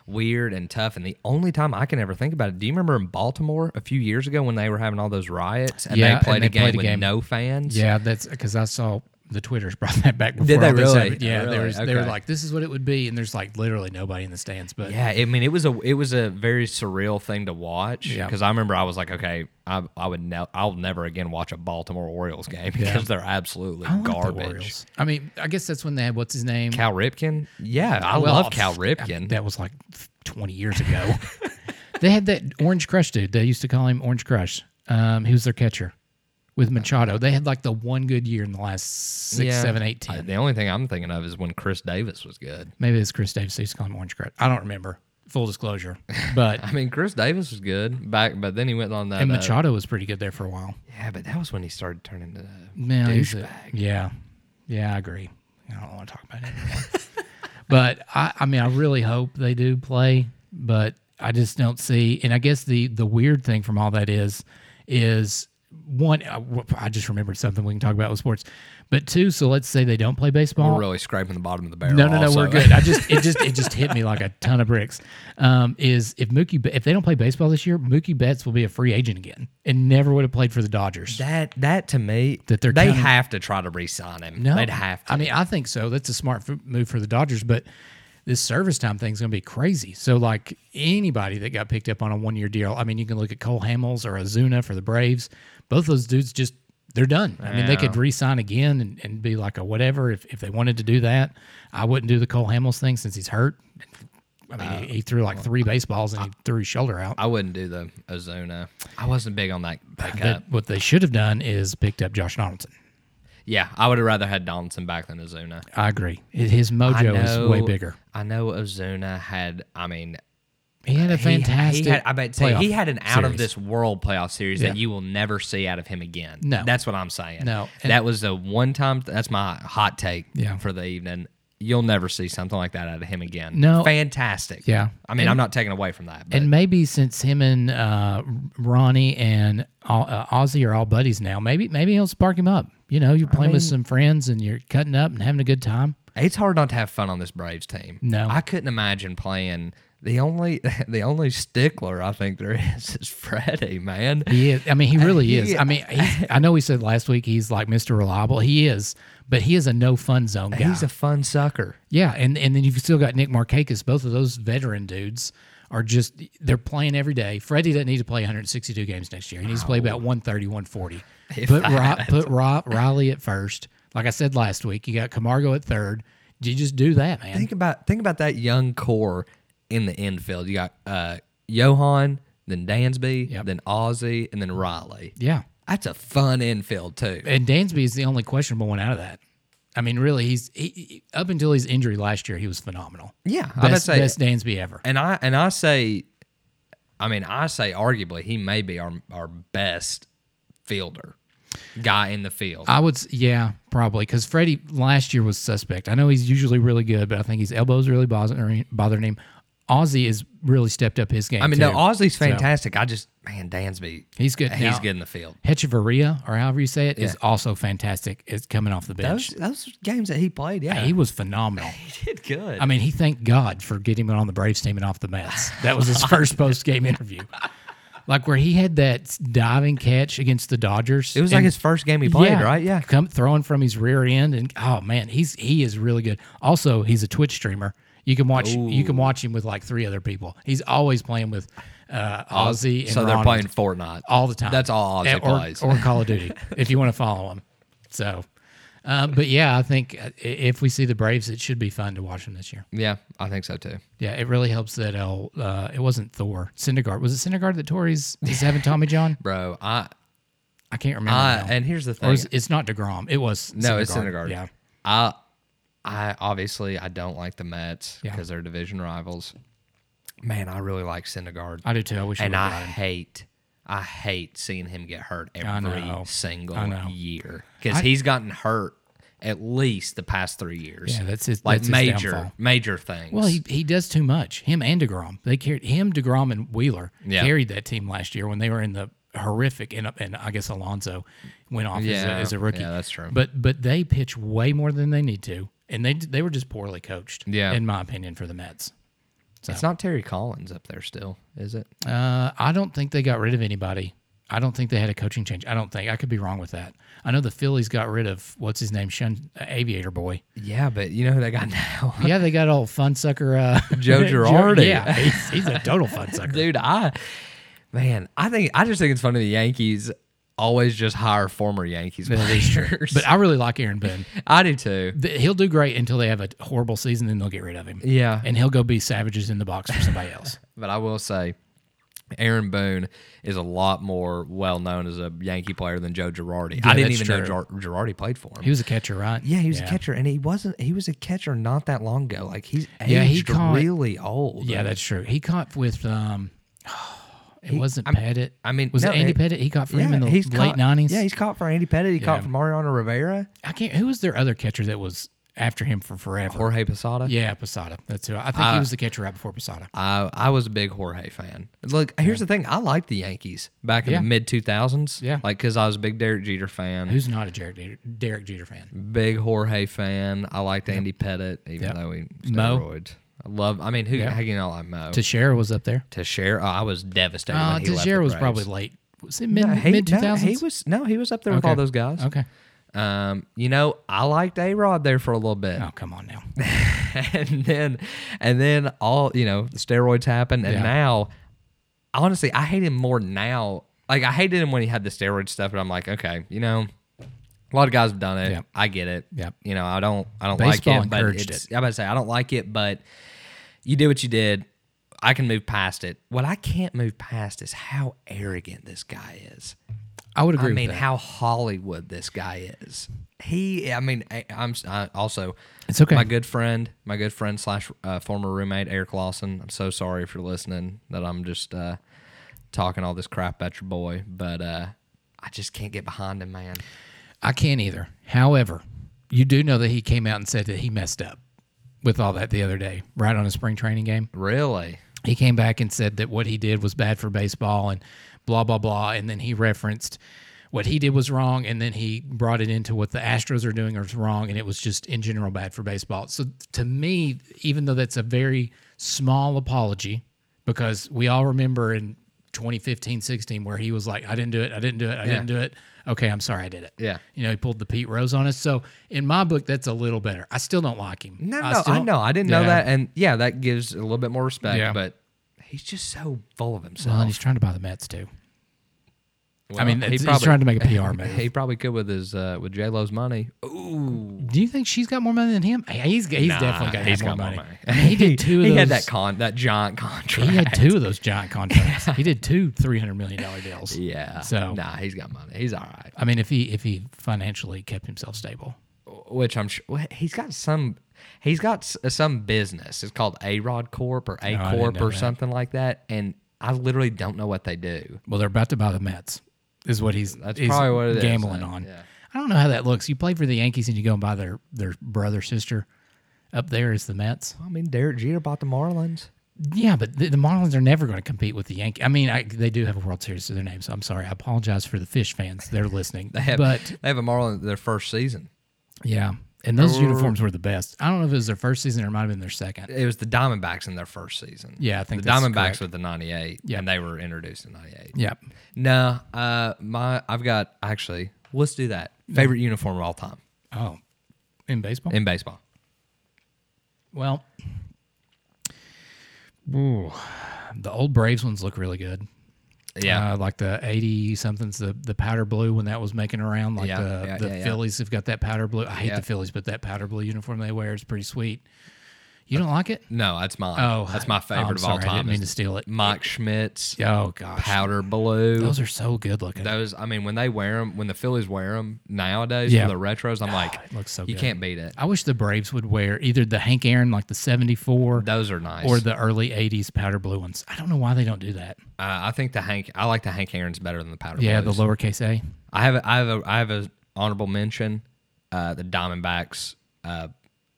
S2: weird and tough and the only time I can ever think about it. Do you remember in Baltimore a few years ago when they were having all those riots and
S1: Yeah,
S2: they
S1: and
S2: played
S1: they
S2: a game
S1: played a
S2: with
S1: game.
S2: no fans?
S1: yeah, that's because I saw the Twitters <laughs> brought that back. Before
S2: they
S1: all this
S2: really?
S1: happened. Yeah,
S2: Really?
S1: there was, they were
S2: Okay.
S1: like, "This is what it would be," and there's like literally nobody in the stands. But
S2: Yeah, I mean it was a it was a very surreal thing to watch
S1: Yeah.
S2: because I remember I was like, okay, I, I would ne- I'll never again watch a Baltimore Orioles game because they're absolutely
S1: I like the
S2: garbage.
S1: Orioles. I mean, I guess that's when they had what's his name.
S2: Cal Ripken? Yeah, I
S1: Well,
S2: love Cal
S1: f-
S2: Ripken.
S1: That was like 20 years ago. <laughs> they had that Orange Crush dude. They used to call him Orange Crush. Um, he was their catcher with Machado. They had like the one good year in the last six,
S2: Yeah.
S1: seven, eight,
S2: I-
S1: ten.
S2: the only thing I'm thinking of is when Chris Davis was good.
S1: Maybe it's Chris Davis. They used to call him Orange Crush. I don't remember. Full disclosure. But
S2: <laughs> I mean, Chris Davis was good back, but then he went on that.
S1: and
S2: uh,
S1: Machado was pretty good there for a while.
S2: yeah, but that was when he started turning to.
S1: Man, he's a- yeah, yeah, I agree. I don't want to talk about it anymore. <laughs> but I, I mean, I really hope they do play, but I just don't see. And I guess the the weird thing from all that is, is one, I, I just remembered something we can talk about with sports. But two, so let's say they don't play baseball.
S2: We're really scraping the bottom of the barrel.
S1: No, no, no,
S2: also.
S1: we're good. I just it just it just hit me like a ton of bricks. Um, is if Mookie Be- if they don't play baseball this year, Mookie Betts will be a free agent again and never would have played for the Dodgers.
S2: <laughs> That that to me,
S1: That they're
S2: they
S1: counting-
S2: have to try to re-sign him.
S1: No,
S2: they'd have to.
S1: I mean, I think so. That's a smart f- move for the Dodgers, but this service time thing's going to be crazy. So, like anybody that got picked up on a one year deal, I mean, you can look at Cole Hamels or Azuna for the Braves. Both those dudes just they're done. I mean, they could re sign again and, and be like a whatever if, if they wanted to do that. I wouldn't do the Cole Hamels thing since he's hurt. I mean, he, he threw like three baseballs and he threw his shoulder out.
S2: I wouldn't do the Ozuna. I wasn't big on that pickup.
S1: That, what they should have done is picked up Josh Donaldson.
S2: yeah, I would have rather had Donaldson back than Ozuna.
S1: I agree. His mojo is way bigger.
S2: I know Ozuna had. I mean,
S1: He had a
S2: He-
S1: fantastic.
S2: He had, I bet say, he
S1: playoff
S2: had an out of
S1: series.
S2: this world playoff series
S1: Yeah.
S2: that you will never see out of him again.
S1: No.
S2: that's what I'm saying.
S1: No.
S2: that was the one time. That's my hot take.
S1: Yeah.
S2: for the evening. You'll never see something like that out of him again.
S1: No.
S2: fantastic.
S1: Yeah.
S2: I mean, I'm not taking away from that. But
S1: And maybe since him and uh, Ronnie and all, uh, Ozzy are all buddies now, maybe maybe he'll spark him up. You know, you're playing with some friends and you're cutting up and having a good time.
S2: it's hard not to have fun on this Braves team.
S1: No.
S2: I couldn't imagine playing. The only <laughs> the only stickler I think there is is Freddie, man.
S1: He is. I mean, he
S2: Uh,
S1: really is. I mean,
S2: <laughs>
S1: he's, I know we said last week he's like Mr. Reliable. He is, but he is a no fun zone guy.
S2: He's a fun sucker.
S1: yeah, and and then you've still got Nick Markakis. Both of those veteran dudes are just they're playing every day. Freddie doesn't need to play 162 games next year. He needs to play about 130, 140. Put Ri- put Ri- Riley at first. Like I said last week, you got Camargo at third. You just do that, man.
S2: Think about think about that young core in the infield. You got uh, Johan, then Dansby,
S1: Yep.
S2: then Ozzy, and then Riley.
S1: yeah.
S2: That's a fun infield too.
S1: And Dansby is the only questionable one out of that. I mean, really, he's he, he- up until his injury last year, he was phenomenal.
S2: Yeah, I'm gonna
S1: Best,
S2: say,
S1: best Dansby ever.
S2: and I and I say, I mean, I say arguably he may be our our best fielder guy in the field.
S1: I would, s- yeah, probably because Freddie last year was suspect. I know he's usually really good, but I think his elbows really bothering bothering him. Ozzy has really stepped up his game.
S2: I mean,
S1: too.
S2: no, Ozzy's fantastic. I just man, Dansby,
S1: He's good.
S2: he's
S1: Now-
S2: good in the field.
S1: Hechevarria, or however you say it, is also fantastic. It's coming off the bench.
S2: Those those games that he played, yeah,
S1: he was phenomenal.
S2: he did good.
S1: I mean, he thanked God for getting him on the Braves team and off the Mets. That was
S2: <laughs>
S1: his first post game interview. Like where he had that diving catch against the Dodgers.
S2: it was like his first game he played, right? Yeah,
S1: Come throwing from his rear end and oh man, he's he is really good. Also, he's a Twitch streamer. You can watch you can watch him with like three other people. He's always playing with uh Ozzy and
S2: so they're
S1: Ronald
S2: playing Fortnite.
S1: all the time.
S2: That's all Ozzy
S1: And- or,
S2: plays.
S1: or Call of
S2: <laughs>
S1: Duty, if you want to follow him. So, uh, but yeah, I think uh, i- if we see the Braves, it should be fun to watch them this year.
S2: yeah, I think so too.
S1: Yeah, it really helps that El, uh, it wasn't Thor, Syndergaard. Was it Syndergaard that tore his, he's having Tommy John?
S2: Bro, I,
S1: I can't remember.
S2: I
S1: now.
S2: Uh, and here's the thing.
S1: or is, it's not Degrom. It was
S2: no, it's Syndergaard.
S1: Yeah,
S2: I I obviously I don't like the Mets
S1: Yeah.
S2: because they're division rivals. Man, I really like Syndergaard.
S1: I do too. I wish.
S2: and
S1: we
S2: I
S1: got him.
S2: hate I hate seeing him get hurt
S1: know.
S2: every
S1: I
S2: single
S1: know.
S2: year because he's gotten hurt at least the past three years.
S1: Yeah, that's his-
S2: like
S1: that's his
S2: major
S1: downfall.
S2: major things.
S1: Well, he, he does too much. Him and Degrom. They carried him, Degrom, and Wheeler
S2: Yeah.
S1: carried that team last year when they were in the horrific and and I guess Alonso went off as, a,
S2: Yeah,
S1: as a rookie.
S2: yeah, that's true.
S1: But but they pitch way more than they need to, and they they were just poorly coached.
S2: Yeah.
S1: in my opinion, for the Mets.
S2: it's not Terry Collins up there still, is it?
S1: Uh, I don't think they got rid of anybody. I don't think they had a coaching change. I don't think I could be wrong with that. I know the Phillies got rid of what's his name, Shun uh, Aviator
S2: <laughs>
S1: Boy.
S2: Yeah, but you know who
S1: <laughs>
S2: they got now.
S1: Yeah, they got old fun sucker uh, <laughs>
S2: Joe Girardi.
S1: Yeah, he's, he's a total fun sucker.
S2: <laughs> dude i man i think i just think it's funny the yankees always just hire former yankees players
S1: But I really like Aaron Boone.
S2: <laughs> i do too
S1: Th- He'll do great until they have a horrible season, then they'll get rid of him.
S2: yeah
S1: And he'll go be savages in the box for somebody else.
S2: but i will say Aaron Boone is a lot more well known as a Yankee player than Joe Girardi. I didn't
S1: that's
S2: even know
S1: true.
S2: Gir- Girardi played for
S1: <laughs>
S2: him.
S1: He was a catcher, right?
S2: yeah, he was a catcher, and he wasn't. He was a catcher not that long ago. Like he's aged
S1: Yeah, he caught-
S2: really old.
S1: Yeah, that's true. He caught with um <sighs> it wasn't Pettit.
S2: I mean,
S1: was
S2: no,
S1: it Andy
S2: it-
S1: Pettit? He caught for him
S2: yeah,
S1: in the
S2: he's
S1: late
S2: caught-
S1: nineties.
S2: Yeah, he's caught for Andy Pettit. He caught for Mariano Rivera,
S1: I can't who was their other catcher that was after him for forever?
S2: Jorge Posada.
S1: yeah, Posada. That's who I think he was the catcher right before Posada.
S2: I I was a big Jorge fan. Look, here's the thing: I liked the Yankees back in
S1: Yeah.
S2: the mid two thousands.
S1: Yeah.
S2: like because I was a big Derek Jeter fan,
S1: Who's not a Derek Jeter, Derek Jeter fan?
S2: big Jorge fan. I liked Andy Pettit, even
S1: Yep.
S2: though he
S1: Mo.
S2: steroids. I love. I mean, who? How can you not like Mo? To,
S1: Teixeira was up there.
S2: share, oh, I was devastated.
S1: Uh,
S2: when he left
S1: Teixeira
S2: the
S1: was
S2: Braves.
S1: probably late. Was it mid
S2: No, he-
S1: mid two
S2: no, He
S1: thousands?
S2: was no, he was up there with all those guys.
S1: Okay.
S2: Um, you know, I liked A Rod there for a little bit.
S1: Oh come on now.
S2: <laughs> and then and then all you know the steroids happened and
S1: Yeah.
S2: now honestly i hate him more now like i hated him when he had the steroid stuff but i'm like okay you know a lot of guys have done it
S1: Yep.
S2: i get it
S1: Yep.
S2: you know i don't i don't
S1: Baseball
S2: like it but
S1: encouraged
S2: it's, i'm about to say i don't like it but you did what you did i can move past it what i can't move past is how arrogant this guy is
S1: I would agree.
S2: I
S1: with
S2: mean,
S1: that.
S2: how Hollywood this guy is. He, I mean, I, I'm I also.
S1: It's okay.
S2: My good friend, my good friend slash uh, former roommate Eric Lawson. I'm so sorry if you're listening that I'm just uh, talking all this crap about your boy, but uh, I just can't get behind him, man.
S1: I can't either. However, you do know that he came out and said that he messed up with all that the other day, right on a spring training game.
S2: Really?
S1: He came back and said that what he did was bad for baseball and blah, blah, blah. And then he referenced what he did was wrong. And then he brought it into what the Astros are doing is wrong. And it was just in general bad for baseball. So to me, even though that's a very small apology, because we all remember in 2015 16 where he was like, I didn't do it. I didn't do it. I didn't do it. Okay, I'm sorry I did it.
S2: Yeah.
S1: You know, he pulled the Pete Rose on us. So in my book, that's a little better. I still don't like him.
S2: No,
S1: I
S2: no,
S1: still
S2: I
S1: don't-
S2: know. I didn't know
S1: Yeah.
S2: that, and yeah, that gives a little bit more respect.
S1: Yeah.
S2: But he's just so full of himself.
S1: Well, and he's trying to buy the Mets too. I mean,
S2: Well,
S1: <laughs> it's- he's trying to make a PR move.
S2: <laughs> He probably could with his uh, with J Lo's money. Ooh,
S1: do you think she's got more money than him? Hey, He's he's
S2: Nah,
S1: definitely got,
S2: he's
S1: more,
S2: got
S1: money.
S2: more
S1: And <laughs> He
S2: <laughs>
S1: did two of
S2: he
S1: those.
S2: had that con that giant contract.
S1: he had two of those giant
S2: <laughs>
S1: contracts. He did two three hundred million dollar deals.
S2: Yeah.
S1: So-
S2: nah, he's got money. He's all right.
S1: I mean, if he if he financially kept himself stable,
S2: Which I'm sure well, he's got some. He's got s- uh, some business. It's called A Rod Corp or
S1: No,
S2: A
S1: I didn't
S2: Corp
S1: know
S2: or
S1: that.
S2: something like that. And I literally don't know what they do.
S1: well, they're about to buy the Mets. Is what he's
S2: That's
S1: he's
S2: probably what it is,
S1: gambling
S2: uh,
S1: on.
S2: yeah.
S1: I don't know how that looks. You play for the Yankees and you go and buy their their brother sister. Up there is the Mets.
S2: I mean, Derek Jeter bought the Marlins.
S1: Yeah, but the, the Marlins are never going to compete with the Yankees. I mean, I, they do have a World Series to their name, so I'm sorry. I apologize for the fish fans. They're listening,
S2: <laughs> They have,
S1: but
S2: they have a Marlin their first season.
S1: yeah, and those uniforms were the best. I don't know if it was their first season or it might have been their second.
S2: It was the Diamondbacks in their first season.
S1: Yeah, I think
S2: the
S1: that's
S2: Diamondbacks
S1: correct.
S2: with the '98,
S1: Yeah.
S2: and they were introduced in '98.
S1: Yeah,
S2: No, uh, my I've got actually. Let's do that. Favorite uniform of all time
S1: Oh, in baseball?
S2: in baseball.
S1: well, ooh, the old Braves ones look really good.
S2: Yeah,
S1: Uh, like the 80 somethings, the, the powder blue when that was making around. Like
S2: Yeah,
S1: the,
S2: yeah,
S1: the
S2: yeah, yeah.
S1: Phillies have got that powder blue. I hate
S2: Yeah.
S1: the Phillies, but that powder blue uniform they wear is pretty sweet. You don't like it?
S2: no, that's mine.
S1: Oh,
S2: that's my
S1: I'm
S2: favorite of all
S1: sorry, I
S2: time.
S1: didn't mean to
S2: is
S1: steal it.
S2: Mike Schmidt's
S1: Oh, gosh.
S2: powder blue.
S1: Those
S2: Those,
S1: are so good looking.
S2: I mean, when they wear them, when the Phillies wear them nowadays,
S1: Yeah. Ah,
S2: for the retros, I'm like,
S1: it looks so
S2: you
S1: good.
S2: can't beat it.
S1: I wish the Braves would wear either the Hank Aaron, like the 74,
S2: Those are nice.
S1: or the early 80s powder blue ones. I don't know why they don't do that.
S2: uh, I think the Hank. I like the Hank Aaron's better than the powder.
S1: Yeah,
S2: blues.
S1: the lowercase a.
S2: I have a, I have a I have a honorable mention, uh, the Diamondbacks, uh,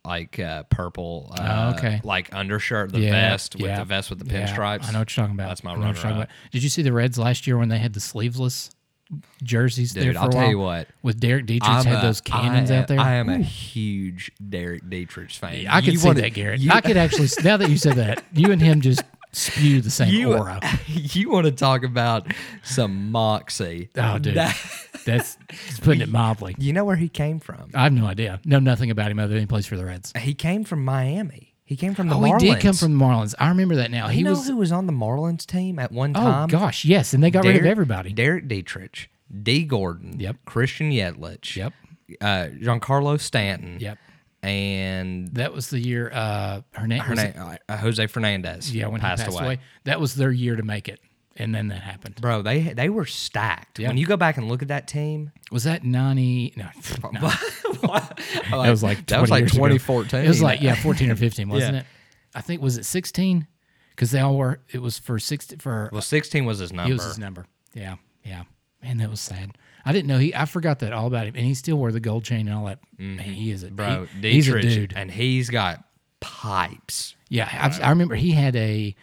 S2: like uh, purple, uh,
S1: Oh, okay.
S2: like undershirt, the
S1: Yeah,
S2: vest with
S1: yeah.
S2: the vest with the
S1: Yeah,
S2: pinstripes.
S1: I know what you're talking about.
S2: That's my
S1: I know what you're talking
S2: runner-up.
S1: about. Did you see the Reds last year when they had the sleeveless jerseys there
S2: dude.
S1: for
S2: I'll
S1: a
S2: tell
S1: while?
S2: you what.
S1: With Derek Dietrich
S2: I'm
S1: had
S2: a-
S1: those cannons
S2: I,
S1: out there.
S2: I am a huge Derek Dietrich fan.
S1: I could
S2: You
S1: see
S2: wanna-
S1: that, Garrett.
S2: You,
S1: I could actually.
S2: <laughs>
S1: Now that you said that, you and him just spew the same
S2: you,
S1: aura.
S2: <laughs> you want to talk about some moxie?
S1: Oh, dude,
S2: That-
S1: <laughs> that's putting it mildly.
S2: you know where he came from?
S1: I have no idea. Know nothing about him other than he plays for the Reds.
S2: He came from Miami. He came from the
S1: Oh,
S2: Marlins.
S1: he did come from the Marlins. I remember that now.
S2: You
S1: he
S2: know
S1: was.
S2: who was on the Marlins team at one
S1: oh
S2: time?
S1: gosh, yes, and they got rid of everybody.
S2: Derek Dietrich, D. Gordon,
S1: Yep.
S2: Christian Yelich,
S1: Yep.
S2: uh, Giancarlo Stanton,
S1: Yep.
S2: and
S1: That was the year uh, Hernandez.
S2: Hernan- uh, Jose Fernandez.
S1: Yeah, when
S2: passed,
S1: he passed
S2: away.
S1: away. that was their year to make it, and then that happened.
S2: Bro, they they were stacked. When you go back and look at that team,
S1: <laughs>
S2: <laughs>
S1: Was that ninety? No, <laughs> no.
S2: like,
S1: that was like 20
S2: that was like
S1: years ago.
S2: 2014.
S1: It was like
S2: <laughs>
S1: yeah, fourteen or fifteen, wasn't
S2: Yeah.
S1: it? I think was it sixteen? Because they all were. It was for sixty for
S2: well, 16 was his number.
S1: it was his number. Yeah, yeah. Man, that was sad. I didn't know he. I forgot that all about him, and he still wore the gold chain and all that. Man, he is a
S2: Mm-hmm. Bro,
S1: he- he's a
S2: Dietrich,
S1: dude.
S2: and he's got pipes.
S1: Yeah, I, I remember he had a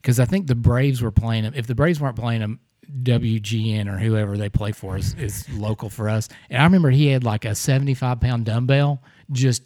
S1: because I think the Braves were playing him. If the Braves weren't playing him, WGN or whoever they play for is, is local for us. And I remember he had like a seventy-five pound dumbbell just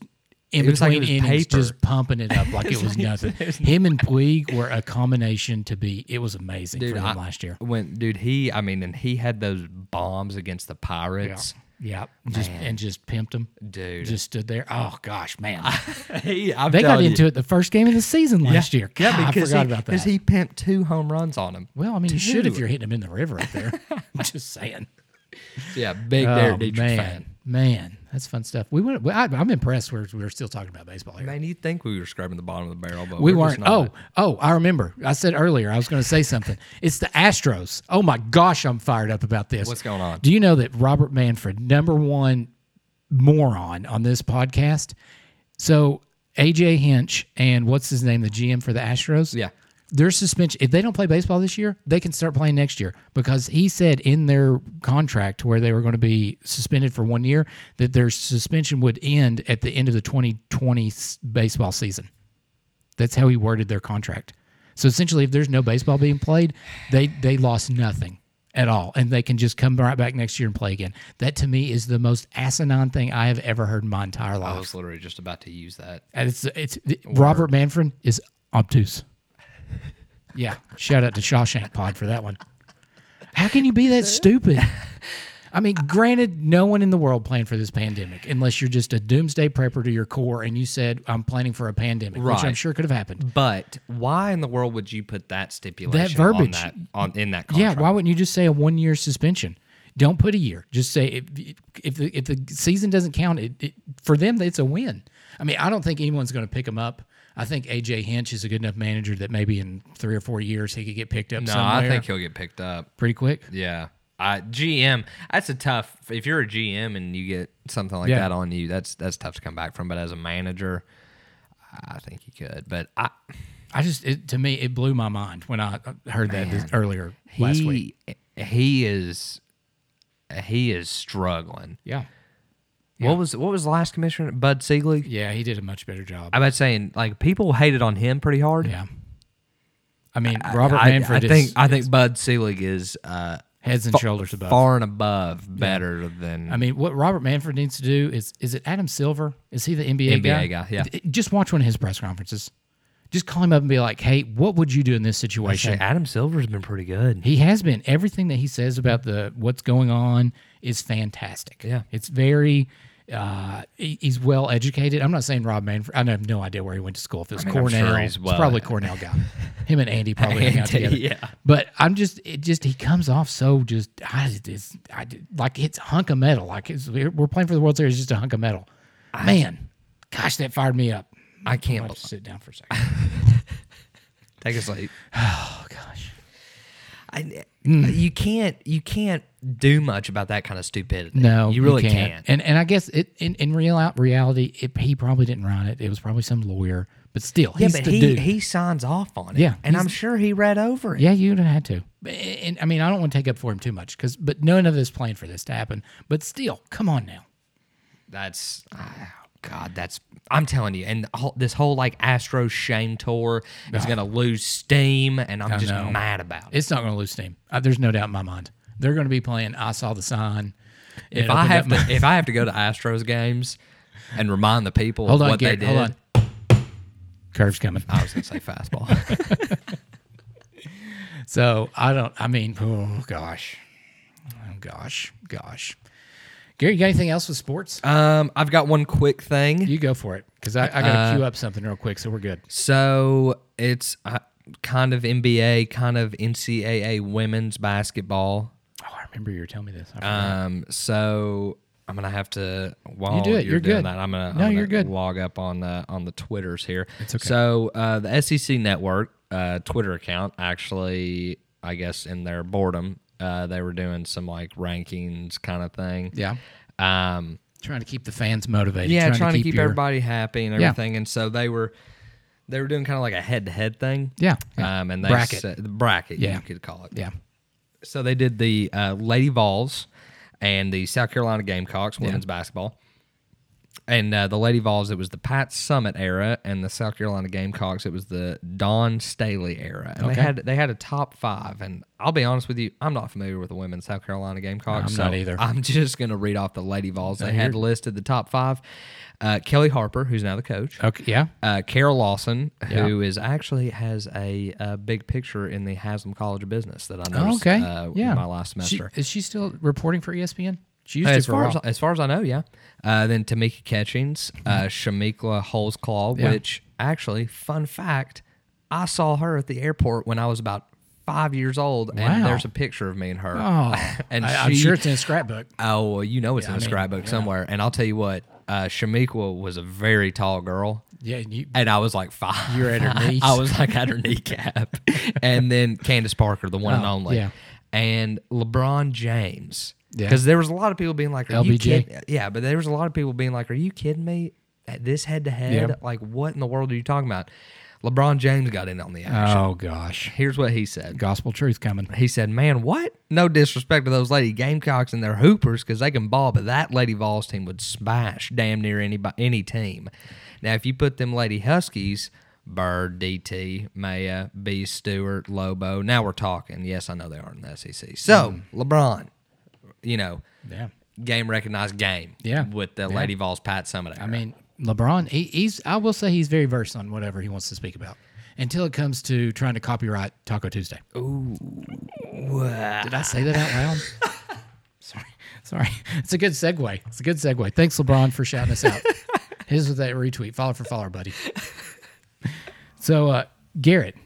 S1: in
S2: It was like
S1: between
S2: it was
S1: innings,
S2: paper.
S1: just pumping it up like
S2: <laughs>
S1: it was nothing. Him and Puig were a combination to be. It was amazing for them
S2: I-
S1: last year.
S2: When dude, he I mean, and he had those bombs against the Pirates.
S1: Yeah, just and just pimped him.
S2: Dude.
S1: Just stood there. Oh gosh, man,
S2: <laughs> He, I'm
S1: they got
S2: telling you.
S1: into it the first game of the season last year. God, I forgot
S2: he,
S1: about that.
S2: Because he pimped two home runs on him.
S1: Well, I mean, you should if
S2: Dude.
S1: you're hitting them in the river up there. <laughs> I'm just saying.
S2: Yeah, big
S1: Oh,
S2: Derek Dietrich
S1: man,
S2: fan.
S1: man, that's fun stuff. We went. I, I'm impressed. We're we're still talking about baseball here.
S2: Man, you'd think we were scrubbing the bottom of the barrel, but
S1: we
S2: we're
S1: weren't.
S2: just
S1: Oh,
S2: not.
S1: oh, I remember. I said earlier I was going to say something. It's the Astros. Oh my gosh, I'm fired up about this.
S2: What's going on?
S1: Do you know that Robert Manfred, number one moron on this podcast? So AJ Hinch and what's his name, the GM for the Astros?
S2: Yeah.
S1: Their suspension, if they don't play baseball this year, they can start playing next year because he said in their contract where they were going to be suspended for one year that their suspension would end at the end of the 2020 s- baseball season. That's how he worded their contract. So essentially, if there's no baseball being played, they they lost nothing at all, and they can just come right back next year and play again. That to me is the most asinine thing I have ever heard in my entire
S2: I
S1: life.
S2: was literally just about to use that.
S1: And it's it's Robert Manfred is obtuse. Yeah, shout out to Shawshank Pod for that one. How can you be that stupid? I mean, granted, no one in the world planned for this pandemic, unless you're just a doomsday prepper to your core, and you said, "I'm planning for a pandemic," which I'm
S2: Right.
S1: sure could have happened.
S2: But why in the world would you put that stipulation
S1: verbiage.
S2: on that on in that
S1: Yeah,
S2: contract?
S1: why wouldn't you just say a one year suspension? Don't put a year. Just say if if the, if the season doesn't count, it, it for them it's a win. I mean, I don't think anyone's going to pick him up. I think AJ Hinch is a good enough manager that maybe in three or four years he could get picked up.
S2: No,
S1: somewhere
S2: I think he'll get picked up.
S1: pretty quick.
S2: Yeah. Uh, GM, that's a tough. If you're a GM and you get something like
S1: Yeah.
S2: that on you, that's that's tough to come back from. But as a manager, I think he could. But I,
S1: I just it, to me it blew my mind when I uh, heard that this, earlier
S2: he,
S1: last week.
S2: he is he is struggling.
S1: Yeah,
S2: What was what was the last commissioner? Bud Selig.
S1: yeah, he did a much better job.
S2: I'm about saying like people hated on him pretty hard.
S1: yeah, I mean Robert
S2: I,
S1: Manfred
S2: I think
S1: is
S2: I think Bud Selig is uh,
S1: heads and shoulders above.
S2: far and above better than
S1: I mean, what Robert Manfred needs to do is is it Adam Silver? Is he the NBA,
S2: NBA guy, yeah.
S1: D- Just watch one of his press conferences. Just call him up and be like, "Hey, what would you do in this
S2: Say,
S1: situation?"
S2: Adam Silver's been pretty good.
S1: He has been everything that he says about the what's going on is fantastic.
S2: Yeah.
S1: it's very. Uh, he- he's well educated. I'm not saying Rob Manfred. I have no idea where he went to school. If it was
S2: I'm sure
S1: Cornell,
S2: he's
S1: it's
S2: well-
S1: probably Cornell
S2: <laughs>
S1: guy. Him and Andy probably hang out together.
S2: Andy, yeah.
S1: But I'm just, it just he comes off so just, I just, I did- like it's a hunk of metal. Like it's, we're playing for the World Series, it's just a hunk of metal. Man, gosh, that fired me up.
S2: I
S1: I'm
S2: can't
S1: gonna sit down for a second.
S2: take a sleep.
S1: <sighs> Oh gosh, Hmm.
S2: I, You can't you can't do much about that kind of stupidity.
S1: no,
S2: you really
S1: can't.
S2: can't.
S1: And and I guess it in in real reality, it, he probably didn't write it. It was probably some lawyer, but still,
S2: Yeah,
S1: he's
S2: but
S1: the
S2: he
S1: dude.
S2: he signs off on it.
S1: Yeah,
S2: and
S1: he's-
S2: I'm sure he read over it.
S1: Yeah, you'd have had to. But- And I mean, I don't want to take up for him too much because, but none of this planned for this to happen. But still, come on now.
S2: That's oh God. That's I'm telling you. And the whole- this whole like Astro shame tour is gonna lose steam, and I'm just
S1: know.
S2: mad about it.
S1: It's not going to lose steam. Uh, there's no doubt in my mind. They're going to be playing I Saw the Sign. It
S2: If I
S1: opened up
S2: have <laughs>
S1: my-
S2: to, if I have to go to Astros games and remind the people
S1: hold
S2: of
S1: on,
S2: what
S1: Garrett,
S2: they did,
S1: hold on. Curve's coming.
S2: I was gonna
S1: <laughs>
S2: say fastball.
S1: So I don't, I mean, oh gosh. Oh gosh, gosh. Gary, you got anything else with sports?
S2: um, I've got one quick thing.
S1: You go for it because I, I got
S2: Uh,
S1: to queue up something real quick. So we're good.
S2: So it's uh, kind of NBA, kind of NCAA women's basketball.
S1: Oh, I remember you were telling me this. I forgot.
S2: Um, so I'm gonna have to while
S1: You do it.
S2: are
S1: You're
S2: doing
S1: good.
S2: that. I'm gonna
S1: No,
S2: I'm
S1: you're
S2: gonna
S1: good.
S2: Log up on uh, on the twitters here. It's okay. So uh, the SEC network uh, Twitter account actually, I guess, in their boredom, uh, they were doing some like rankings kind of thing.
S1: yeah.
S2: Um,
S1: Trying to keep the fans motivated.
S2: yeah, trying, to keep,
S1: your-
S2: everybody happy and
S1: Yeah.
S2: everything. And so they were they were doing kind of like a head to head thing.
S1: Yeah. yeah.
S2: Um, and they
S1: Bracket.
S2: said- the bracket,
S1: Yeah.
S2: you could call it.
S1: yeah.
S2: So they did the uh, Lady Vols and the South Carolina Gamecocks women's basketball. And uh, the Lady Vols, it was the Pat Summit era, and the South Carolina Gamecocks, it was the Don Staley era. And
S1: Okay.
S2: they had they had a top five. And I'll be honest with you, I'm not familiar with the women's South Carolina Gamecocks.
S1: I'm
S2: so
S1: not either.
S2: I'm <laughs> just gonna read off the Lady Vols. They had
S1: you're-
S2: listed the top five: uh, Kelly Harper, who's now the coach
S1: Okay. Yeah.
S2: uh, Carol Lawson, who is actually has a, uh big picture in the Haslam College of Business that I noticed
S1: Oh, okay.
S2: uh,
S1: yeah.
S2: my last
S1: She-
S2: semester.
S1: is she still reporting for E ESPN? She used to
S2: as
S1: for a
S2: far as,
S1: while.
S2: as far as I know, yeah. Uh, then Tamika Catchings, uh, Shamikla Holesclaw,
S1: Mm-hmm. Yeah.
S2: which actually, fun fact, I saw her at the airport when I was about five years old, and
S1: Wow.
S2: there's a picture of me and her.
S1: Oh,
S2: <laughs> and
S1: I, am
S2: she-
S1: sure it's in a scrapbook.
S2: Oh, well, you know it's in
S1: I
S2: the
S1: mean,
S2: scrapbook somewhere. And I'll tell you what, uh, Shamikla was a very tall girl
S1: Yeah, and you,
S2: and I was like five.
S1: You're at her knees.
S2: <laughs> I was like at her kneecap. and then Candace Parker, the one and
S1: Oh,
S2: only.
S1: yeah.
S2: And LeBron James.
S1: Yeah.
S2: Because there was a lot of people being like, Are you
S1: LBJ.
S2: kidding? Yeah, but there was a lot of people being like, Are you kidding me? At This head to
S1: Yeah.
S2: head? Like, what in the world are you talking about? LeBron James got in on the action.
S1: oh gosh,
S2: Here's what he said.
S1: gospel truth coming.
S2: He said, Man, what? No disrespect to those Lady Gamecocks and their hoopers because they can ball, but that Lady Vols team would smash damn near any, any team. Now, if you put them Lady Huskies, Bird, DT, Maya, B. Stewart, Lobo, now we're talking. Yes, I know they aren't in the SEC. So,
S1: Mm.
S2: LeBron, you know,
S1: Yeah,
S2: game recognized game
S1: Yeah.
S2: with the
S1: Yeah.
S2: Lady Vols Pat Summit.
S1: I mean LeBron, he, he's I will say he's very versed on whatever he wants to speak about. Until it comes to trying to copyright Taco Tuesday. Ooh, did I say that out loud? sorry, sorry. It's a good segue. It's a good segue. Thanks, LeBron, for shouting us out. Here's with that retweet. Follow for follower, buddy. So, uh, Garrett,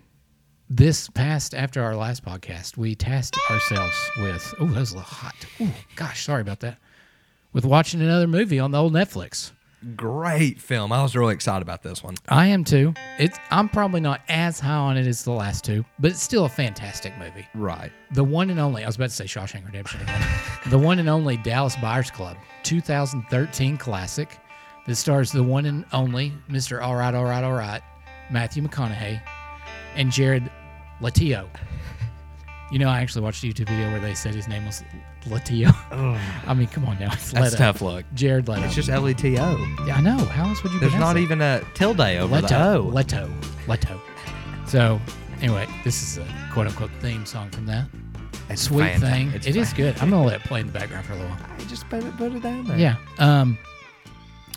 S1: this past after our last podcast, we tasked ourselves with oh, that was a little hot. Oh gosh, sorry about that. With watching another movie on the old Netflix.
S2: Great film. I was really excited about this one.
S1: I am too. It's I'm probably not as high on it as the last two, but it's still a fantastic movie.
S2: Right.
S1: The one and only I was about to say Shawshank Redemption
S2: <laughs>
S1: again. the one and only Dallas Buyers Club, 2013 classic that stars the one and only Mr. All Right, All Right, All Right, Matthew McConaughey, and Jared Leto. You know, I actually watched a YouTube video where they said his name was Leto. <laughs> I mean, come on now, it's
S2: Oh. That's
S1: Leto.
S2: tough luck.
S1: Jared Leto.
S2: It's just L E T O.
S1: Yeah, I know. How else would you?
S2: There's
S1: pronounce
S2: not
S1: it?
S2: even a tilde over the
S1: Leto.
S2: O.
S1: Leto. Leto. So, anyway, this is a quote unquote theme song from that.
S2: It's
S1: Sweet
S2: fanta-
S1: thing.
S2: It's
S1: It is good. I'm going to let it play in the background for a little while.
S2: I just put it, put it down there.
S1: Yeah. Um,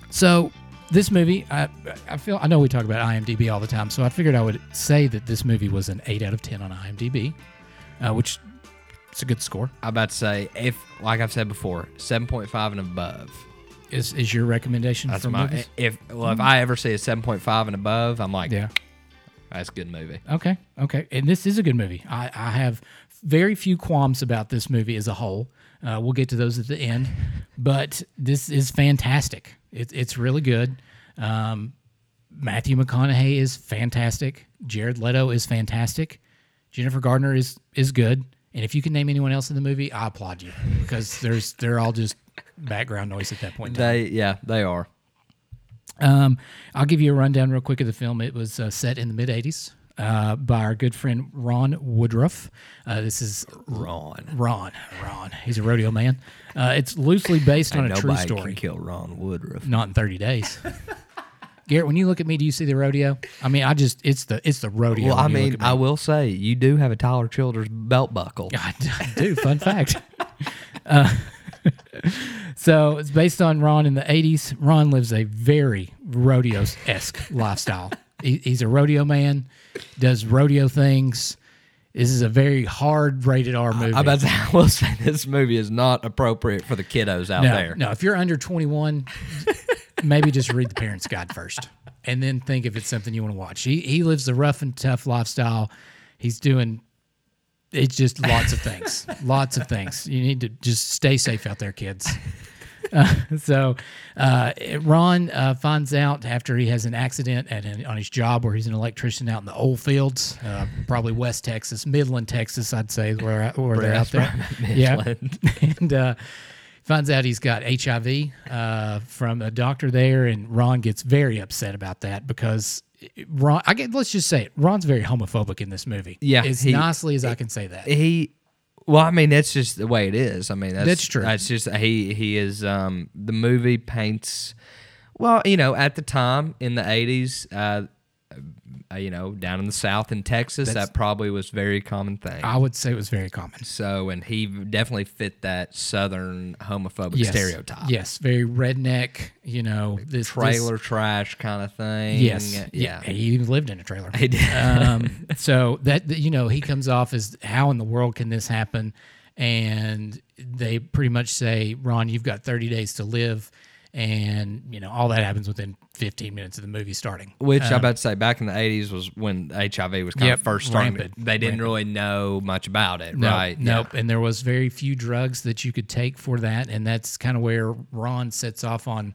S1: so, this movie, I, I feel, I know we talk about IMDb all the time, so I figured I would say that this movie was an 8 out of 10 on IMDb, uh, which it's a good score.
S2: I'm about to say, if like I've said before, 7.5 and above.
S1: Is, is your recommendation
S2: That's
S1: for
S2: my
S1: movies?
S2: if well, if I ever see a 7.5 and above, I'm like,
S1: Yeah.
S2: that's a good movie.
S1: Okay. Okay. And this is a good movie. I, I have very few qualms about this movie as a whole. Uh, we'll get to those at the end, but this is fantastic. It, it's really good. Um, Matthew McConaughey is fantastic. Jared Leto is fantastic. Jennifer Gardner is is good. And if you can name anyone else in the movie, I applaud you because there's they're all just background noise at that point. in time.
S2: They yeah, they are.
S1: Um, I'll give you a rundown real quick of the film. It was uh, set in the mid 80s uh, by our good friend Ron Woodruff. Uh, this is
S2: Ron.
S1: Ron. Ron. He's a rodeo man. Uh, it's loosely based on a true
S2: Nobody
S1: story.
S2: can kill Ron Woodruff.
S1: Not in 30 days. <laughs> Garrett, when you look at me, do you see the rodeo? I mean, I just it's the it's the rodeo.
S2: Well, I
S1: when you look
S2: mean,
S1: at me.
S2: I will say you do have a Tyler Childers belt buckle.
S1: I d-
S2: <laughs>
S1: I do. Fun fact. Uh, <laughs> so it's based on Ron in the 80s. Ron lives a very rodeo esque lifestyle. He, he's a rodeo man, does rodeo things. This is a very hard rated R movie.
S2: I'm about to say, <laughs> I will say this movie is not appropriate for the kiddos out
S1: no,
S2: there.
S1: no, if you're under 21, maybe just read the parents' guide first and then think if it's something you want to watch. He, he lives the rough and tough lifestyle. He's doing it's just lots of things, <laughs> lots of things. You need to just stay safe out there, kids. <laughs> Uh, so, uh, Ron uh, finds out after he has an accident at an, on his job where he's an electrician out in the old fields, uh, probably West Texas, Midland, Texas, I'd say, where, where they're out there.
S2: <laughs>
S1: Yeah. <laughs> and uh, finds out he's got HIV uh, from a doctor there, and Ron gets very upset about that because. Ron, I get, let's just say it. Ron's very homophobic in this movie.
S2: Yeah,
S1: as
S2: he-
S1: nicely as I can say that.
S2: He, well, I mean, that's just the way it is. I mean, that's,
S1: That's true.
S2: That's just he. He is. Um, the movie paints. Well, you know, at the time in the '80s, uh, uh, you know, down in the South in Texas, that probably was very common thing.
S1: I would say it was very common.
S2: so, and he definitely fit that Southern homophobic
S1: Yes.
S2: stereotype.
S1: Yes, very redneck. You know this
S2: Trailer trash kind of thing.
S1: This, yes,
S2: Yeah.
S1: yeah. He even lived in a
S2: <laughs>
S1: trailer.
S2: He did.
S1: <laughs> um, so that that, you know he comes off as how in the world can this happen? And they pretty much say, Ron, you've got 30 days to live, and you know all that happens within 15 minutes of the movie starting.
S2: Which I'm about to say, back in the '80s was when HIV was kind
S1: Uh, Yep,
S2: of first starting.
S1: rampant,
S2: they didn't really know much about it,
S1: Nope,
S2: right?
S1: Nope. And there was very few drugs that you could take for that, and that's kind of where Ron sets off on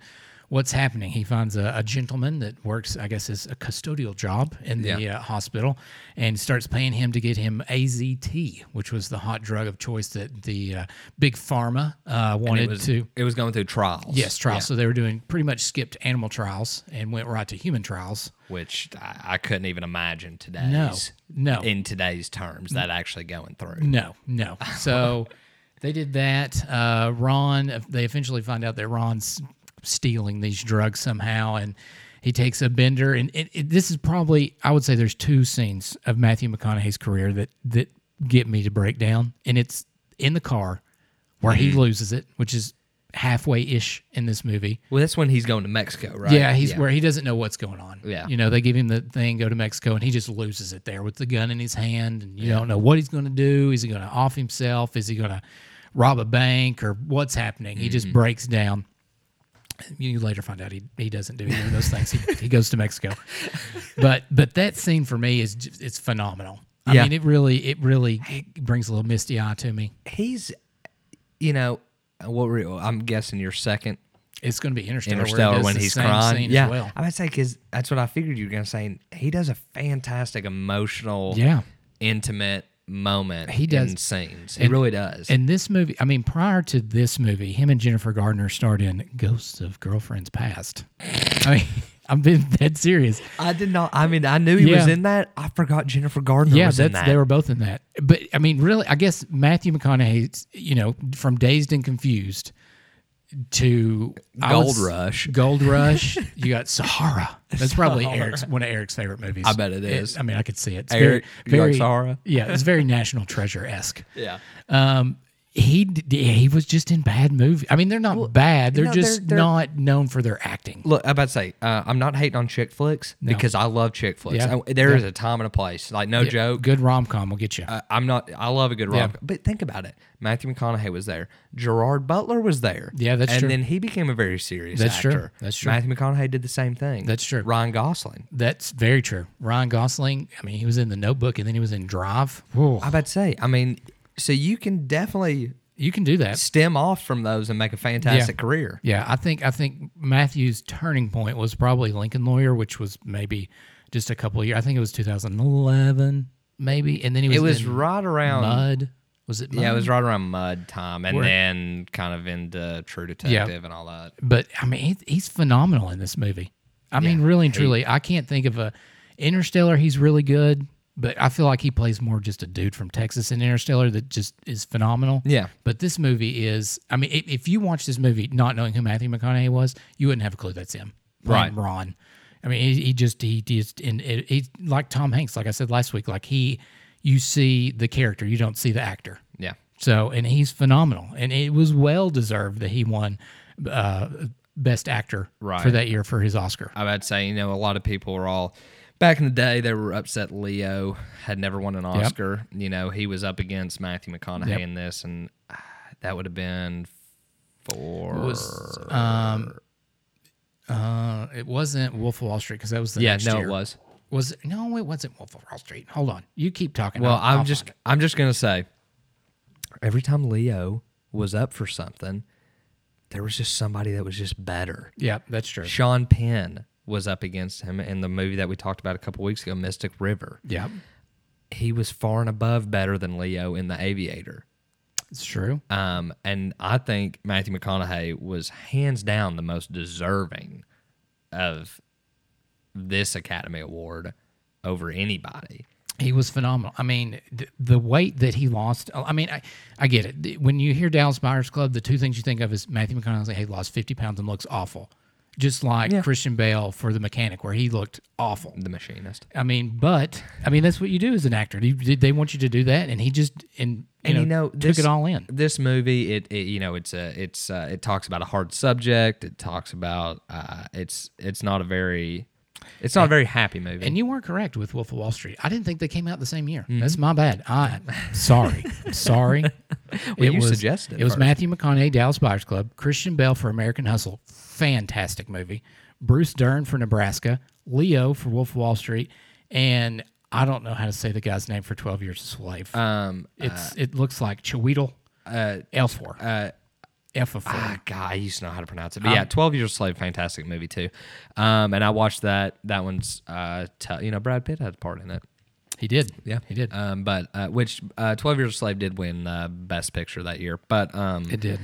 S1: what's happening. He finds a, a gentleman that works, I guess, as a custodial job in the
S2: Yeah.
S1: uh, hospital, and starts paying him to get him AZT, which was the hot drug of choice that the uh, big pharma uh, wanted
S2: it was,
S1: to.
S2: It was going through trials.
S1: Yes, trials. So they were doing pretty much skipped animal trials and went right to human trials.
S2: Which I, I couldn't even imagine today's.
S1: No, no. Mm.
S2: In today's terms, that actually going through.
S1: No, no. So they did that. Uh, Ron, they eventually find out that Ron's stealing these drugs somehow, and he takes a bender. And it, it, this is probably, I would say, there's two scenes of Matthew McConaughey's career that that get me to break down, and it's in the car where he loses it, which is halfway ish in this movie.
S2: Well, that's when he's going to Mexico, right?
S1: Yeah, he's where he doesn't know what's going on.
S2: Yeah.
S1: You know, they give him the thing, go to Mexico, and he just loses it there with the gun in his hand. And you don't know what he's going to do. Is he going to off himself? Is he going to rob a bank or what's happening? He
S2: Mm-hmm.
S1: just breaks down. You later find out he, he doesn't do either of
S2: <laughs>
S1: those things. He, he goes to Mexico. But but that scene for me is just, it's phenomenal. I
S2: Yeah.
S1: mean, it really, it really it brings a little misty eye to me.
S2: He's, you know, what were you, I'm guessing your second
S1: It's going to be Interstellar, where it
S2: Interstellar
S1: does
S2: when
S1: the
S2: he's
S1: same
S2: crying.
S1: scene
S2: Yeah,
S1: as well.
S2: I would say because that's what I figured you were gonna say. and He does a fantastic emotional,
S1: Yeah.
S2: intimate moment.
S1: He does.
S2: in scenes. He really does.
S1: And this movie, I mean, prior to this movie, him and Jennifer Gardner starred in Ghosts of Girlfriends Past. I mean, <laughs> I'm being dead serious.
S2: I did not. I mean, I knew he was
S1: Yeah.
S2: in that. I forgot Jennifer Gardner
S1: yeah,
S2: was
S1: that's
S2: in that.
S1: they were both in that. But I mean, really, I guess Matthew McConaughey's, you know, from Dazed and Confused to I would
S2: Gold
S1: s-
S2: Rush.
S1: Gold Rush.
S2: <laughs>
S1: you got Sahara. That's probably Eric's one of Eric's favorite movies. I
S2: bet it is.
S1: I mean, I could see it. It's
S2: Eric, you
S1: very, very
S2: like Sahara?
S1: Yeah, it's very National Treasure esque.
S2: yeah,
S1: Um, he d- he was just in bad movie. I mean, they're not bad. They're
S2: no, they're-
S1: just
S2: they're-
S1: not known for their acting.
S2: look, I'm about to say uh, I'm not hating on chick flicks because I love chick flicks.
S1: Yeah.
S2: I- there is a time and a place. Like no joke. Uh,
S1: Good rom com will get you.
S2: I- I'm not. I love a good rom. But think about it. Matthew McConaughey was there. Gerard Butler was there.
S1: Yeah, that's
S2: and
S1: true.
S2: then he became a very serious
S1: That's true.
S2: actor.
S1: That's true.
S2: Matthew McConaughey did the same thing.
S1: That's true.
S2: Ryan Gosling.
S1: That's very true. Ryan Gosling. I mean, he was in The Notebook, and then he was in Drive. Whew.
S2: I about to say. I mean, so you can definitely
S1: You can do that.
S2: stem off from those and make a fantastic career.
S1: Yeah, I think I think Matthew's turning point was probably Lincoln Lawyer, which was maybe just a couple of years. I think it was 2011, maybe. And then he was.
S2: It was
S1: in
S2: right around.
S1: Mud. Was it? Mud?
S2: Yeah, it was right around Mud time, and
S1: Where-
S2: then kind of into True Detective and all that.
S1: But I mean, he, he's phenomenal in this movie. I mean, really and truly, I can't think of a Interstellar. He's really good, but I feel like he plays more just a dude from Texas in Interstellar that just is phenomenal.
S2: Yeah.
S1: But this movie is. I mean, if, if you watch this movie not knowing who Matthew McConaughey was, you wouldn't have a clue that's him. playing
S2: Right.
S1: Ron. I mean, he, he just he just and it, he like Tom Hanks, like I said last week, like he you see the character, you don't see the actor.
S2: Yeah.
S1: So, and he's phenomenal, and it was well deserved that he won uh, best actor for
S2: Right.
S1: that year for his Oscar.
S2: I would say, you know, a lot of people were all back in the day they were upset Leo had never won an Oscar. You know, he was up against Matthew McConaughey
S1: Yep.
S2: in this and ah, that would have been four
S1: Was um, uh, it wasn't Wolf of Wall Street because that was the
S2: Yeah,
S1: next
S2: no
S1: year.
S2: it was.
S1: Was it- no, it wasn't Wolf of Wall Street. Hold on, you keep talking.
S2: Well,
S1: I'll-
S2: I'm
S1: I'll
S2: just
S1: find it.
S2: I'm just gonna say every time Leo was up for something, there was just somebody that was just better.
S1: yeah, that's true.
S2: Sean Penn was up against him in the movie that we talked about a couple weeks ago, Mystic River.
S1: Yeah,
S2: He was far and above better than Leo in The Aviator.
S1: it's true.
S2: Um, and I think Matthew McConaughey was hands down the most deserving of this Academy Award over anybody.
S1: He was phenomenal. I mean, th- the weight that he lost. I mean, I, I get it. Th- When you hear Dallas Buyers Club, the two things you think of is Matthew McConaughey he lost 50 pounds and looks awful, just like Christian Bale for The Mechanic, where he looked awful.
S2: The Machinist.
S1: I mean, but I mean, that's what you do as an actor. You, they want you to do that, and he just and you
S2: And
S1: know,
S2: you know,
S1: took
S2: this-
S1: it all in.
S2: This movie, it, it you know, it's a it's uh, it talks about a hard subject. It talks about uh, it's it's not a very it's not a very happy movie.
S1: And you were correct with Wolf of Wall Street. I didn't think they came out the same year.
S2: Mm-hmm.
S1: That's my bad. I sorry, I'm
S2: <laughs>
S1: sorry. it
S2: you suggested it
S1: it was
S2: first.
S1: Matthew McConaughey, Dallas Buyers Club, Christian Bale for American Hustle, fantastic movie. Bruce Dern for Nebraska, Leo for Wolf of Wall Street, and I don't know how to say the guy's name for Twelve Years a Slave.
S2: um,
S1: it's it looks like Chiwetel uh, Ellsworth. Uh, F of four.
S2: Ah, God, I used to know how to pronounce it. But yeah, Twelve Years a Slave, fantastic movie too. Um, and I watched that. That one's, uh, t- you know, Brad Pitt had a part in it.
S1: He did.
S2: Yeah,
S1: he did.
S2: Um, but uh, which uh, Twelve Years a Slave did win uh, Best Picture that year. But um,
S1: it did.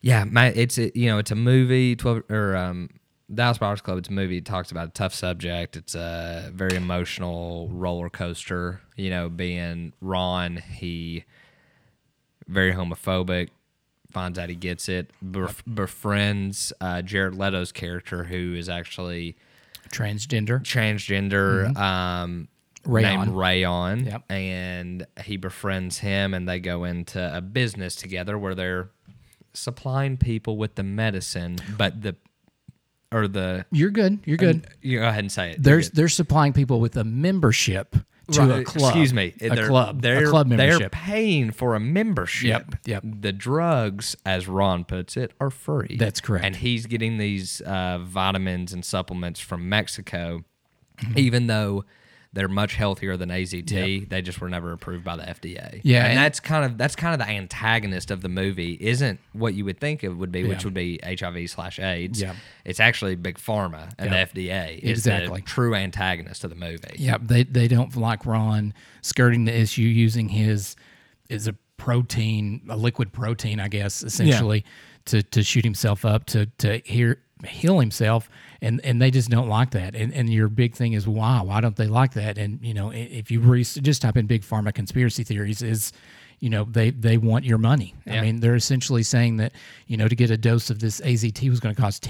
S2: yeah, my, it's a, you know it's a movie. Twelve or um, Dallas Buyers Club. It's a movie. It talks about a tough subject. It's a very emotional roller coaster. You know, being Ron, he very homophobic. Finds out he gets it. Bef- befriends uh, Jared Leto's character, who is actually
S1: Transgender.
S2: transgender um
S1: Mm-hmm. Rayon.
S2: named Rayon.
S1: Yep.
S2: And he befriends him and they go into a business together where they're supplying people with the medicine, but the or the
S1: You're good. You're good.
S2: you go ahead and say it.
S1: There's they're supplying people with a membership to a
S2: Right,
S1: club.
S2: Excuse me.
S1: a club. a club
S2: They're
S1: membership.
S2: paying for a membership.
S1: Yep, yep.
S2: The drugs, as Ron puts it, are free.
S1: That's correct.
S2: And he's getting
S1: Mm-hmm.
S2: these uh, vitamins and supplements from Mexico, even though They're much healthier than AZT. They just were never approved by the FDA.
S1: Yeah,
S2: and,
S1: and-
S2: that's kind of that's kind of the antagonist of the movie. Isn't what you would think it would be, which
S1: Yeah.
S2: would be HIV slash AIDS.
S1: Yeah.
S2: it's actually big pharma and
S1: Yeah.
S2: the FDA.
S1: Exactly.
S2: is the true antagonist of the movie.
S1: Yeah, they they don't like Ron skirting the issue using his is a protein, a liquid protein, I guess, essentially to to shoot himself up to to hear heal himself and and they just don't like that and and your big thing is why why don't they like that and you know i- if you re- just type in big pharma conspiracy theories is you know they they want your money i mean they're essentially saying that you know to get a dose of this AZT was going to cost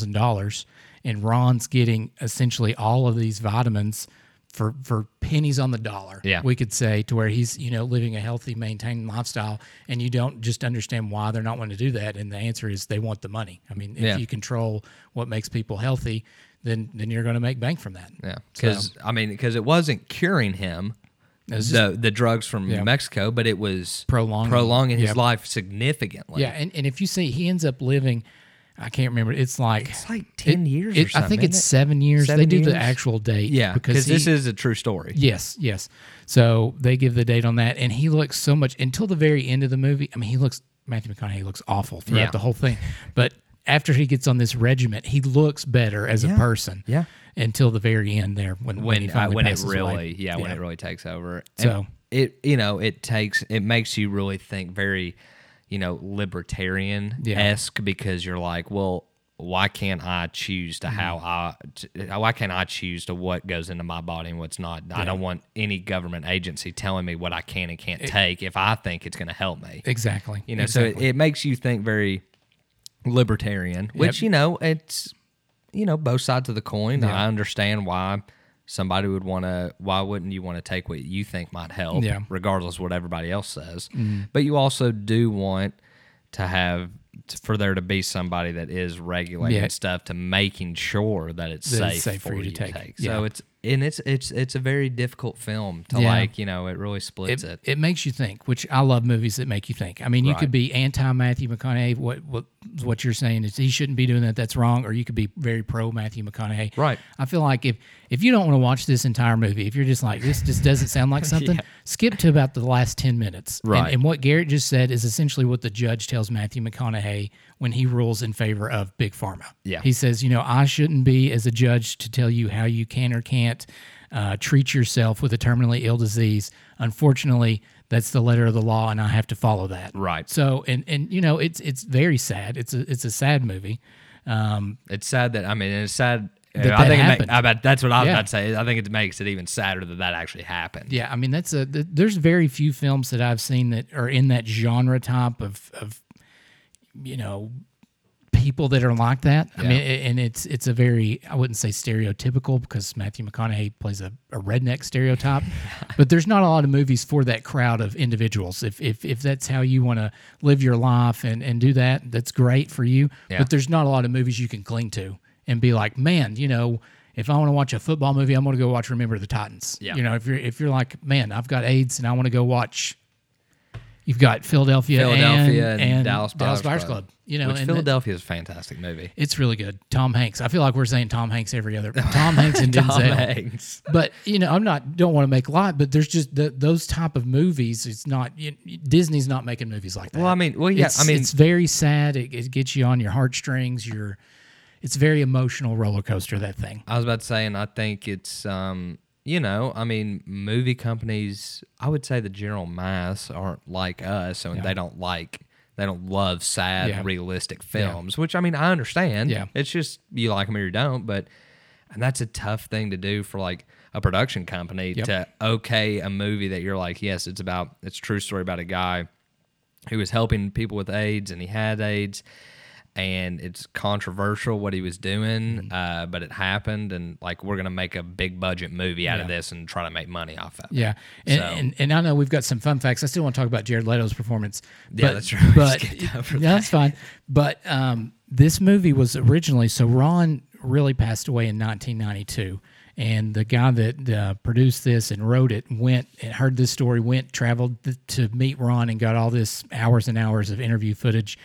S1: $10,000 and Ron's getting essentially all of these vitamins for for pennies on the dollar.
S2: Yeah.
S1: we could say to where he's you know living a healthy, maintaining lifestyle, and you don't just understand why they're not wanting to do that. And the answer is they want the money. I mean, if
S2: Yeah.
S1: you control what makes people healthy, then then you're going to make bank from that.
S2: Yeah, because I mean, because it wasn't curing him
S1: It's just-
S2: the the drugs from Mexico, but it was
S1: Prolonging.
S2: prolonging his
S1: Yep.
S2: life significantly.
S1: yeah, and, and if you see he ends up living, I can't remember. It's like
S2: it's like ten years.
S1: it-
S2: or something,
S1: I think
S2: isn't
S1: it's
S2: it?
S1: seven years.
S2: Seven
S1: they do
S2: years?
S1: the actual date.
S2: yeah, because
S1: he-
S2: this is a true story.
S1: Yes, yes. So they give the date on that, and he looks so much until the very end of the movie. I mean, he looks Matthew McConaughey looks awful throughout
S2: Yeah.
S1: the whole thing, but after he gets on this regiment, he looks better as a person.
S2: Yeah.
S1: Until the very end, there when when, he
S2: when uh,
S1: finally
S2: when it
S1: passes away.
S2: really yeah when it really takes over. And
S1: So-
S2: it you know it takes it makes you really think very you know libertarian esque because you're like well why can't I choose to how I
S1: Mm-hmm.
S2: to, why can't I choose to what goes into my body and what's not I don't want any government agency telling me what I can and can't take if I think it's going to help me
S1: exactly.
S2: you know
S1: exactly.
S2: so it, it makes you think very libertarian which you know it's you know both sides of the coin i understand why somebody would want to why wouldn't you want to take what you think might help
S1: Yeah.
S2: regardless of what everybody else says but you also do want to have t- for there to be somebody that is regulating
S1: Yeah.
S2: stuff to making sure that it's,
S1: That
S2: safe,
S1: it's
S2: for you to take,
S1: Yeah.
S2: so it's and it's it's it's a very difficult film to
S1: Yeah.
S2: like you know it really splits it,
S1: It makes you think, which I love movies that make you think. I mean, you
S2: Right.
S1: could be anti Matthew McConaughey. What what what you're saying is he shouldn't be doing that. That's wrong. Or you could be very pro Matthew McConaughey.
S2: Right.
S1: I feel like if if you don't want to watch this entire movie, if you're just like this just doesn't sound
S2: <laughs>
S1: like something, skip to about the last ten minutes. And-
S2: Right.
S1: And, what Garrett just said is essentially what the judge tells Matthew McConaughey when he rules in favor of big pharma.
S2: Yeah.
S1: He says, you know, I shouldn't be as a judge to tell you how you can or can't uh, treat yourself with a terminally ill disease. Unfortunately, that's the letter of the law, and I have to follow that.
S2: Right.
S1: So, and and you know, it's it's very sad. It's a it's a sad movie. Um,
S2: It's sad that I mean, it's sad.
S1: That
S2: I
S1: that
S2: think it ma-
S1: happened.
S2: I bet that's what I was
S1: Yeah.
S2: about to say. I think it makes it even sadder that that actually happened.
S1: yeah, I mean, that's a th- there's very few films that I've seen that are in that genre type of of you know people that are like that. I mean, a- and it's it's a very I wouldn't say stereotypical because Matthew McConaughey plays a, a redneck stereotype, but there's not a lot of movies for that crowd of individuals. If if if that's how you want to live your life and and do that, that's great for you.
S2: Yeah.
S1: But there's not a lot of movies you can cling to and be like, man, you know. If I want to watch a football movie, I'm going to go watch Remember the Titans.
S2: Yeah.
S1: You know, if you're if you're like, man, I've got AIDS and I want to go watch. You've got Philadelphia,
S2: Philadelphia
S1: and,
S2: and,
S1: and
S2: Dallas,
S1: Buyers Club. You know,
S2: which
S1: and that-
S2: Philadelphia is a fantastic movie.
S1: it's really good. Tom Hanks. I feel like we're saying Tom Hanks every other Tom Hanks
S2: <laughs>
S1: and Denzel.
S2: Hanks.
S1: But you know, I'm not don't want to make light, but there's just the, those type of movies. It's not you, Disney's not making movies like that.
S2: Well, I mean, well, yeah,
S1: it's,
S2: I mean,
S1: it's very sad. It, it gets you on your heartstrings. Your it's very emotional roller coaster that thing.
S2: I was about to say, and I think it's, um, you know, I mean, movie companies. I would say the general mass aren't like us, so they don't like. They don't love sad,
S1: Yeah.
S2: realistic films, which I mean, I understand.
S1: Yeah.
S2: It's just you like them or you don't, but and that's a tough thing to do for like a production company to okay a movie that you're like, yes, it's about it's a true story about a guy who was helping people with AIDS and he had AIDS and it's controversial what he was doing,
S1: Mm-hmm.
S2: uh, but it happened and like we're gonna make a big budget movie out of this and try to make money off of it.
S1: Yeah, and,
S2: So-
S1: and and I know we've got some fun facts. I still want to talk about Jared Leto's performance.
S2: Yeah,
S1: but-
S2: that's true. <laughs> We
S1: But
S2: skipped over
S1: yeah, that's fine. But um, this movie was originally so Ron really passed away in 1992, and the guy that uh, produced this and wrote it went and heard this story, went traveled th- to meet Ron and got all this hours and hours of interview footage,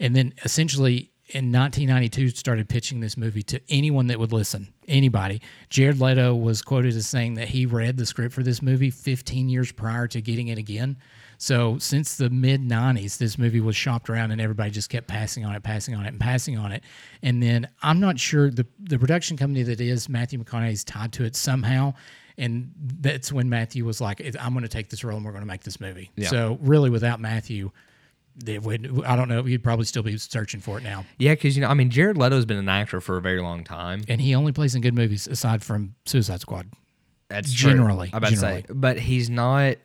S1: and then essentially in 1992 started pitching this movie to anyone that would listen, anybody. Jared Leto was quoted as saying that he read the script for this movie 15 years prior to getting it again. So since the mid 90s, this movie was shopped around and everybody just kept passing on it, passing on it, and passing on it. And then I'm not sure the, the production company that is Matthew McConaughey is tied to it somehow. And that's when Matthew was like, I'm going to take this role and we're going to make this movie.
S2: Yeah.
S1: So really, without Matthew, they would I don't know he'd probably still be searching for it now.
S2: Yeah, because you know, I mean, Jared Leto's been an actor for a very long time.
S1: And he only plays in good movies aside from Suicide Squad.
S2: That's
S1: Generally,
S2: true. I'm about to say, but he's not.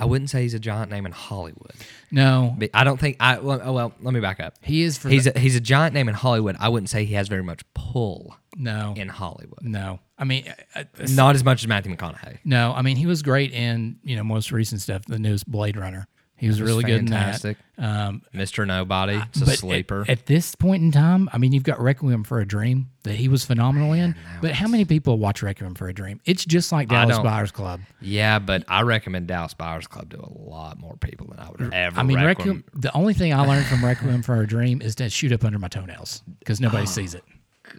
S2: I wouldn't say he's a giant name in Hollywood.
S1: No,
S2: But I don't think I. Well, oh, well let me back up.
S1: he is for
S2: He's a, he's a giant name in Hollywood. I wouldn't say he has very much pull
S1: no,
S2: in Hollywood.
S1: no. I mean, I- I-
S2: Not as much as Matthew McConaughey.
S1: no. I mean, he was great in you know most recent stuff, the newest Blade Runner. He was, really
S2: fantastic.
S1: good in that. Um,
S2: Mr. Nobody. It's a
S1: but at-
S2: sleeper.
S1: At, this point in time, I mean, you've got Requiem for a Dream that he was phenomenal in. But how many people watch Requiem for a Dream? It's just like Dallas
S2: don't.
S1: Buyers Club.
S2: yeah, but I recommend Dallas Buyers Club to a lot more people than I would ever.
S1: Mm. I mean,
S2: recommend.
S1: Requiem. The only thing I learned
S2: <laughs>
S1: from Requiem for a Dream is to shoot up under my toenails because nobody sees it.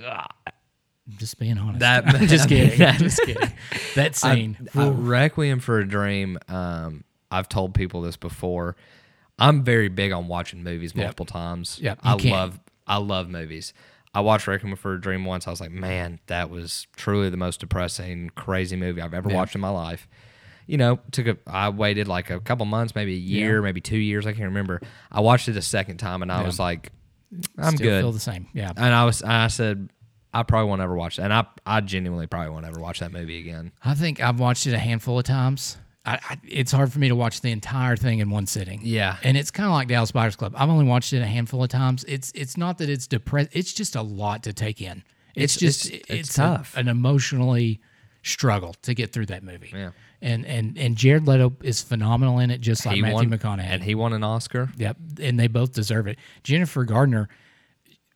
S1: I'm just being honest.
S2: Oh,
S1: <laughs>
S2: That-
S1: I'm
S2: <laughs>
S1: just
S2: I mean,
S1: kidding. I'm just kidding.
S2: <laughs>
S1: That scene.
S2: Uh, Requiem for a Dream. Um, I've told people this before. I'm very big on watching movies multiple times.
S1: Yep, you
S2: I
S1: can.
S2: love I love movies. I watched Requiem for a Dream once. I was like, man, that was truly the most depressing, crazy movie I've ever watched in my life. You know, took a I waited like a couple months, maybe a year, maybe two years. I can't remember. I watched it a second time, and I was like, I'm
S1: still
S2: good.
S1: Feel the same. Yeah.
S2: and I was, and I said, I probably won't ever watch that. And I, I genuinely probably won't ever watch that movie again.
S1: I think I've watched it a handful of times. I, I, it's hard for me to watch the entire thing in one sitting.
S2: Yeah.
S1: and it's kind of like Dallas Buyers Club. I've only watched it a handful of times. It's it's not that it's depressed. It's just a lot to take in. It's,
S2: It's-
S1: just
S2: it's-
S1: it's,
S2: it's tough.
S1: tough. an emotionally struggle to get through that movie.
S2: Yeah.
S1: and and and Jared Leto is phenomenal in it, just like
S2: he
S1: Matthew
S2: won,
S1: McConaughey.
S2: and he won an Oscar.
S1: Yep, and they both deserve it. Jennifer Gardner,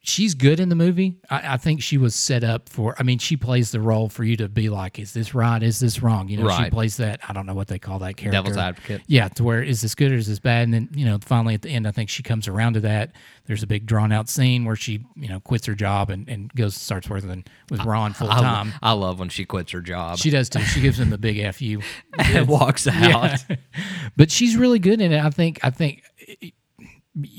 S1: she's good in the movie. I, I think she was set up for. I mean, she plays the role for you to be like, is this right? Is this wrong? You know,
S2: Right.
S1: she plays that. I don't know what they call that character.
S2: Devil's advocate.
S1: Yeah, to where is this good or is this bad? And then you know, finally at the end, I think she comes around to that. There's a big drawn out scene where she you know quits her job and and goes starts working with Ron full
S2: I,
S1: time.
S2: I love when she quits her job
S1: She does too. She gives him the big fu.
S2: <laughs> and
S1: <laughs>
S2: walks out.
S1: but she's really good in it. I think. I think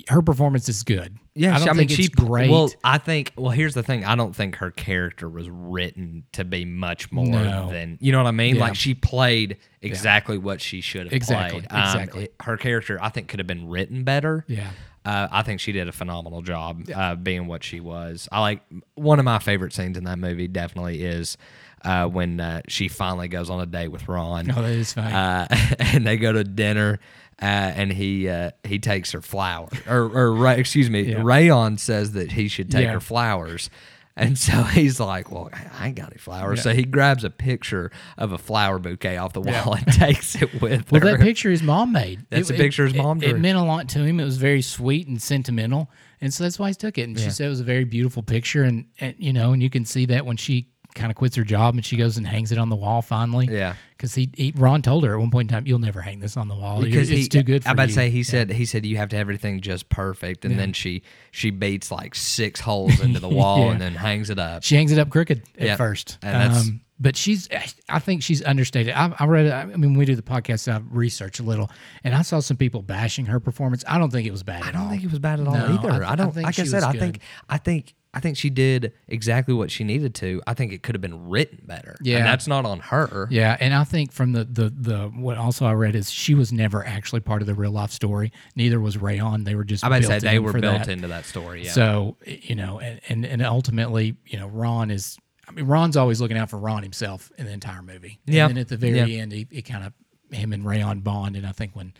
S1: her performance is good. I don't think it's great.
S2: Well, I think. Well, here's the thing. I don't think her character was written to be much more
S1: No.
S2: than you know what I mean.
S1: Yeah.
S2: Like she played exactly what she should have
S1: Exactly,
S2: played. Um,
S1: exactly.
S2: it- her character, I think, could have been written better.
S1: Yeah.
S2: Uh, I think she did a phenomenal job uh, being what she was. I like one of my favorite scenes in that movie. Definitely is uh, when uh, she finally goes on a date with Ron.
S1: no, Oh, that is fine.
S2: uh, <laughs> and they go to dinner, uh, and he uh, he takes her flowers, or, or Ra- excuse me, Rayon says that he should take
S1: Yeah.
S2: her flowers, and so <laughs> he's like, "Well, I ain't got any flowers," so he grabs a picture of a flower bouquet off the wall and <laughs> takes it with
S1: well,
S2: her.
S1: that picture his mom made.
S2: That's
S1: It-
S2: a picture his
S1: it-
S2: mom
S1: It,
S2: drew.
S1: it meant a lot to him. It was very sweet and sentimental, and so that's why he took it. And she said it was a very beautiful picture, and, and you know, and you can see that when she kind of quits her job and she goes and hangs it on the wall finally.
S2: Yeah.
S1: because he, he Ron told her at one point in time, "You'll never hang this on the wall
S2: because
S1: because it's
S2: he,
S1: too good." for
S2: I about
S1: you."
S2: to say he said he said you have to have everything just perfect, and then she she beats like six holes
S1: <laughs>
S2: into the wall
S1: Yeah.
S2: and then hangs it up.
S1: She hangs it up crooked at
S2: Yeah.
S1: first.
S2: And that's-
S1: Um, but she's, I think she's understated. I, I read, I mean, when we do the podcast, I research a little, and I saw some people bashing her performance. I don't think it was bad at
S2: I
S1: all.
S2: don't think it was bad at all
S1: No, I
S2: either. I,
S1: th- I
S2: don't.
S1: think
S2: like I
S1: she
S2: said,
S1: was
S2: I
S1: good.
S2: think I think I think she did exactly what she needed to. I think it could have been written better. And
S1: Yeah.
S2: that's not on her.
S1: Yeah, and I think from the the the what also I read is she was never actually part of the real life story. Neither was Rayon. They were just.
S2: I might
S1: built
S2: say they
S1: in
S2: were
S1: for
S2: built
S1: that.
S2: into that story. Yeah.
S1: So i- you know, and, and and ultimately, you know, Ron is. I mean, Ron's always looking out for Ron himself in the entire movie.
S2: Yeah.
S1: And then at the very
S2: Yeah.
S1: end, he, he kind of him and Rayon bond, and I think when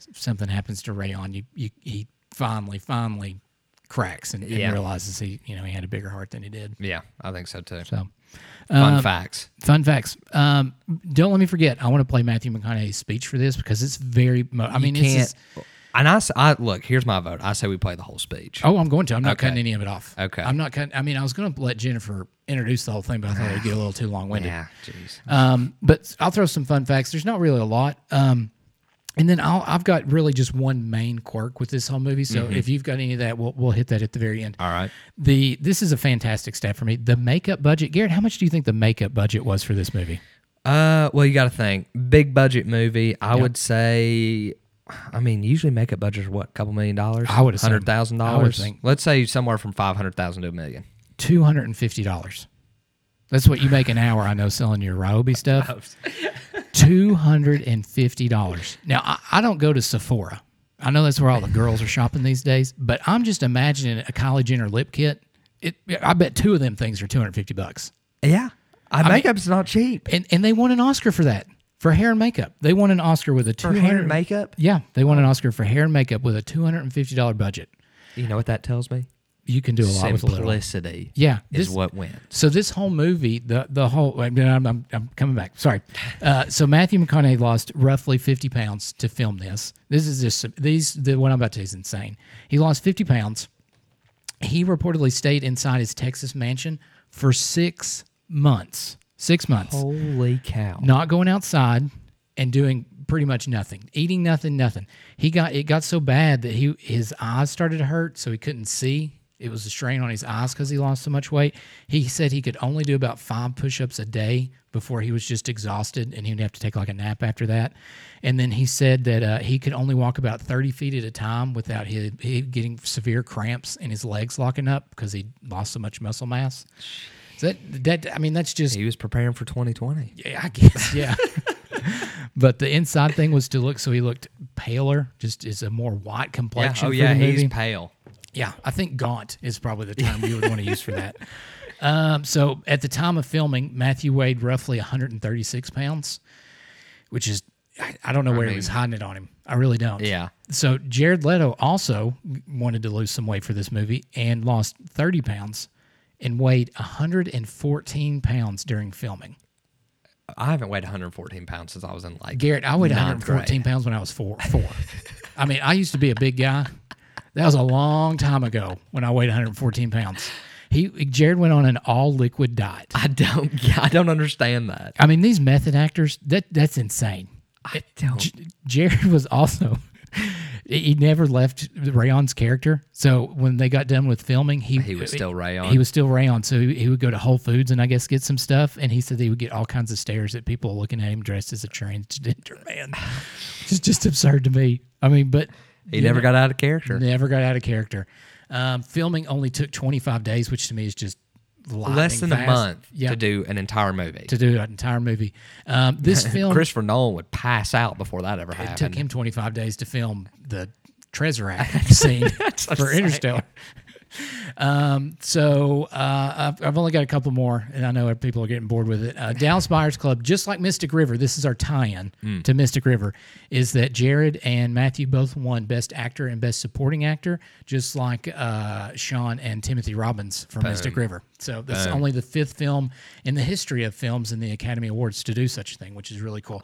S1: s- something happens to Rayon, you, you he finally finally cracks and, and
S2: Yeah.
S1: realizes he you know he had a bigger heart than he did.
S2: yeah, I think so too.
S1: So um,
S2: Fun facts.
S1: Fun facts. Um, don't let me forget. I want to play Matthew McConaughey's speech for this because it's very. Mo- I mean, it's.
S2: Can't.
S1: just-
S2: And I, s- I- look. Here's my vote. I say we play the whole speech.
S1: oh, I'm going to. I'm not
S2: Okay.
S1: cutting any of it off.
S2: Okay.
S1: I'm not cutting. I mean, I was going to let Jennifer introduce the whole thing, but I thought it'd get a little too long winded.
S2: yeah. Jeez.
S1: Um, but I'll throw some fun facts. There's not really a lot. Um, And then I'll, I've got really just one main quirk with this whole movie. So if you've got any of that, we'll, we'll hit that at the very end.
S2: All right.
S1: The this is a fantastic stat for me. The makeup budget, Garrett. How much do you think the makeup budget was for this movie?
S2: Uh, well, you got to think big budget movie. I would say, I mean, usually makeup budgets are what, a couple million dollars?
S1: I would assume.
S2: hundred thousand
S1: I would
S2: dollars.
S1: think.
S2: Let's say somewhere from five hundred thousand to a million.
S1: Two hundred and fifty dollars. That's what you make an hour. I know selling your Ryobi stuff. Two hundred and fifty dollars. Now I, I don't go to Sephora. I know that's where all the girls are shopping these days, but I'm just imagining a college inner lip kit. It, I bet two of them things are two hundred fifty bucks.
S2: Yeah, I, makeup's not cheap.
S1: and and they won an Oscar for that for hair and makeup. They won an Oscar with a two
S2: For hair
S1: hundred
S2: and makeup,
S1: Yeah, they won an Oscar for hair and makeup with a two hundred and fifty dollar budget.
S2: you know what that tells me?
S1: You can do a lot with a little.
S2: Simplicity
S1: Yeah,
S2: is
S1: this-
S2: what wins.
S1: So this whole movie, the the whole, wait, no, I'm, I'm, I'm coming back. Sorry. Uh, so Matthew McConaughey lost roughly 50 pounds to film this. This is just these the what I'm about to say is insane. He lost 50 pounds. He reportedly stayed inside his Texas mansion for six months. Six months.
S2: Holy cow!
S1: not going outside and doing pretty much nothing eating nothing nothing he got it got so bad that he his eyes started to hurt so he couldn't see it was a strain on his eyes because he lost so much weight he said he could only do about five push-ups a day before he was just exhausted and he would have to take like a nap after that and then he said that uh, he could only walk about 30 feet at a time without his, he getting severe cramps and his legs locking up because he lost so much muscle mass so that, that i mean that's just
S2: He was preparing for 2020.
S1: yeah, I
S2: <laughs>
S1: guess. Yeah. <laughs> but the inside thing was to look so he looked paler, just is a more white complexion.
S2: Oh
S1: for
S2: yeah,
S1: the
S2: he's
S1: movie.
S2: pale.
S1: Yeah, I think gaunt is probably the term you would want to use for
S2: <laughs>
S1: that. Um, so at the time of filming, Matthew weighed roughly 136 pounds, which is I, I don't know where he was hiding it on him. I really don't.
S2: Yeah.
S1: So Jared Leto also wanted to lose some weight for this movie and lost 30 pounds and weighed 114 pounds during filming.
S2: I haven't weighed 114 pounds since I was in like
S1: Garrett, I weighed
S2: Ninth
S1: 114 pounds when I was four. Four. I mean, I used to be a big guy. That was a long time ago when I weighed 114 pounds. He Jared went on an all liquid diet.
S2: I don't. <laughs> Yeah, I don't understand that.
S1: I mean, these method actors that that's insane.
S2: I don't.
S1: Jared was also he never left Rayon's character. So when they got done with filming, he
S2: He was still Rayon.
S1: He was still Rayon, so he, he would go to Whole Foods and I guess get some stuff. And he said that he would get all kinds of stares at people looking at him dressed as a transgender <laughs> man. It's just absurd to me. I mean, but
S2: He never got out of character.
S1: never got out of character. Um, filming only took 25 days, which to me is just
S2: Less
S1: lightning
S2: than a
S1: fast.
S2: month
S1: Yeah,
S2: to do an entire movie.
S1: to do an entire movie. Um,
S2: <laughs>
S1: this film
S2: Christopher Nolan would pass out before that ever
S1: It took
S2: happened.
S1: him 25 days to film the Trezorach scene for Interstellar. Um, so uh, I've, I've only got a couple more, and I know people are getting bored with it. Uh, Dallas Buyers Club, just like Mystic River, this is our tie-in to Mystic River, is that Jared and Matthew both won Best Actor and Best Supporting Actor, just like uh, Sean and Timothy Robbins for Mystic River. So that's only the fifth film in the history of films in the Academy Awards to do such a thing, which is really cool.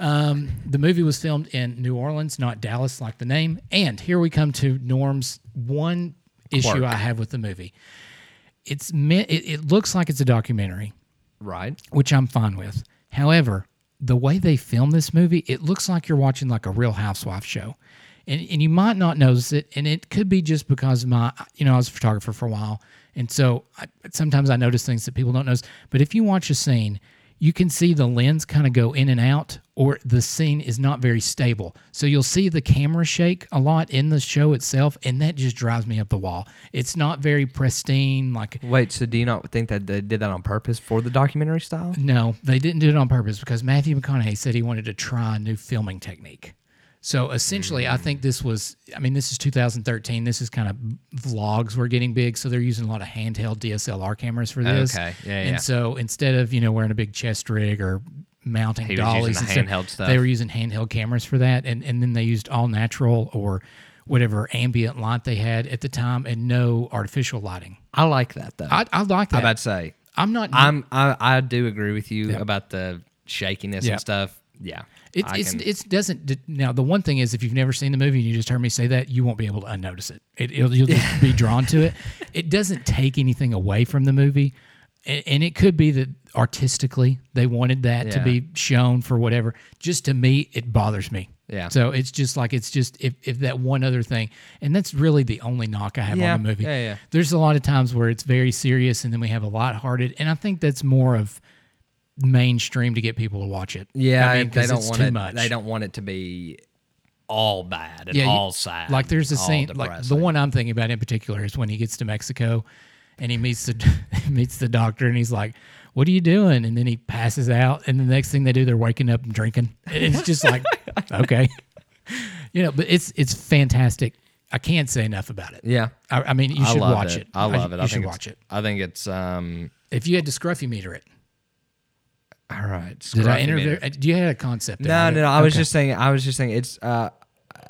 S1: Um, the movie was filmed in New Orleans, not Dallas, like the name. And here we come to Norm's one issue
S2: Quirk.
S1: I have with the movie. It's meant, it, it looks like it's a documentary,
S2: right?
S1: which I'm fine with. However, the way they film this movie, it looks like you're watching like a Real Housewife show. And, and you might not notice it, and it could be just because my, you know, I was a photographer for a while, and so I, sometimes I notice things that people don't notice. But if you watch a scene, you can see the lens kind of go in and out, or the scene is not very stable. So you'll see the camera shake a lot in the show itself, and that just drives me up the wall. It's not very pristine, like
S2: Wait, so do you not think that they did that on purpose for the documentary style?
S1: No, they didn't do it on purpose because Matthew McConaughey said he wanted to try a new filming technique. So essentially, I think this was, I mean, this is 2013. This is kind of vlogs were getting big. So they're using a lot of handheld DSLR cameras for this.
S2: Okay, yeah,
S1: And
S2: yeah.
S1: so instead of, you know, wearing a big chest rig or mounting
S2: He was
S1: dollies
S2: using the
S1: and
S2: handheld stuff.
S1: they were using handheld cameras for that. And, and then they used all natural or whatever ambient light they had at the time and no artificial lighting.
S2: I like that though. I,
S1: I, I like that.
S2: would say
S1: I'm not.
S2: I'm. I, I do agree with you about the shakiness
S1: Yeah.
S2: and stuff. Yeah,
S1: It
S2: I
S1: it's,
S2: can-
S1: it's doesn't d- now. The one thing is, if you've never seen the movie and you just heard me say that, you won't be able to unnotice it. it it'll, you'll just
S2: <laughs>
S1: be drawn to it. It doesn't take anything away from the movie, and, and it could be that artistically they wanted that to
S2: Yeah.
S1: be shown for whatever. Just to me, it bothers me.
S2: Yeah.
S1: So it's just like it's just if, if that one other thing, and that's really the only knock I have
S2: Yeah,
S1: on the movie.
S2: yeah, yeah.
S1: There's a lot of times where it's very serious, and then we have a lighthearted, and I think that's more of mainstream to get people to watch it.
S2: Yeah,
S1: I mean,
S2: they
S1: 'cause
S2: don't
S1: it's
S2: want
S1: too
S2: it.
S1: much.
S2: They don't want it to be all bad and
S1: Yeah, you-
S2: all sad.
S1: Like there's a
S2: and all
S1: scene, like the
S2: depressing.
S1: one I'm thinking about in particular is when he gets to Mexico, and he meets the <laughs> he meets the doctor, and he's like, "What are you doing?" And then he passes out, and the next thing they do, they're waking up and drinking. And It's just
S2: <laughs>
S1: like, okay, you know, but it's it's fantastic. I can't say enough about it.
S2: Yeah,
S1: I, I mean, you
S2: I
S1: should
S2: love
S1: watch it.
S2: it. I love it.
S1: You
S2: I
S1: should
S2: think it's-
S1: watch it.
S2: I think it's um.
S1: If you had to scruffy meter it,
S2: All right.
S1: did I
S2: scruffy
S1: interview?
S2: meter.
S1: Do you have a concept? there,
S2: No,
S1: right?
S2: no, no. I was just saying. I was just saying. It's. Uh,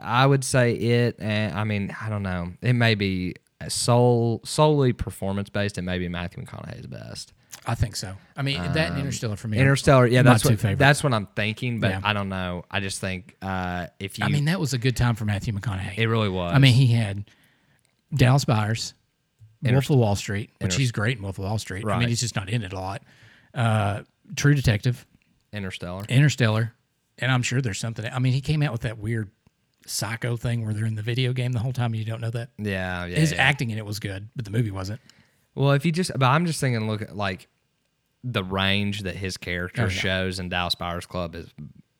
S2: I would say it, and I mean, I don't know. It may be soul solely performance based. It may be Matthew McConaughey's best.
S1: I think so. I mean,
S2: Um,
S1: that and Interstellar for me. are
S2: Interstellar. Yeah,
S1: my
S2: that's
S1: two
S2: what
S1: favorites.
S2: that's what I'm thinking. But
S1: Yeah.
S2: I don't know. I just think uh, if you,
S1: I mean, that was a good time for Matthew McConaughey.
S2: it really was.
S1: I mean, he had Dallas Buyers, Wolf of Wall Street, which he's great in Wolf of Wall Street. I mean,
S2: Right.
S1: he's just not in it a lot. Uh, True Detective,
S2: Interstellar.
S1: Interstellar, and I'm sure there's something. I mean, he came out with that weird psycho thing where they're in the video game the whole time and you don't know that.
S2: Yeah, yeah.
S1: His
S2: yeah.
S1: acting in it was good, but the movie wasn't.
S2: Well, if you just, but I'm just thinking, look at like the range that his
S1: Oh,
S2: character shows in Dallas Buyers Club is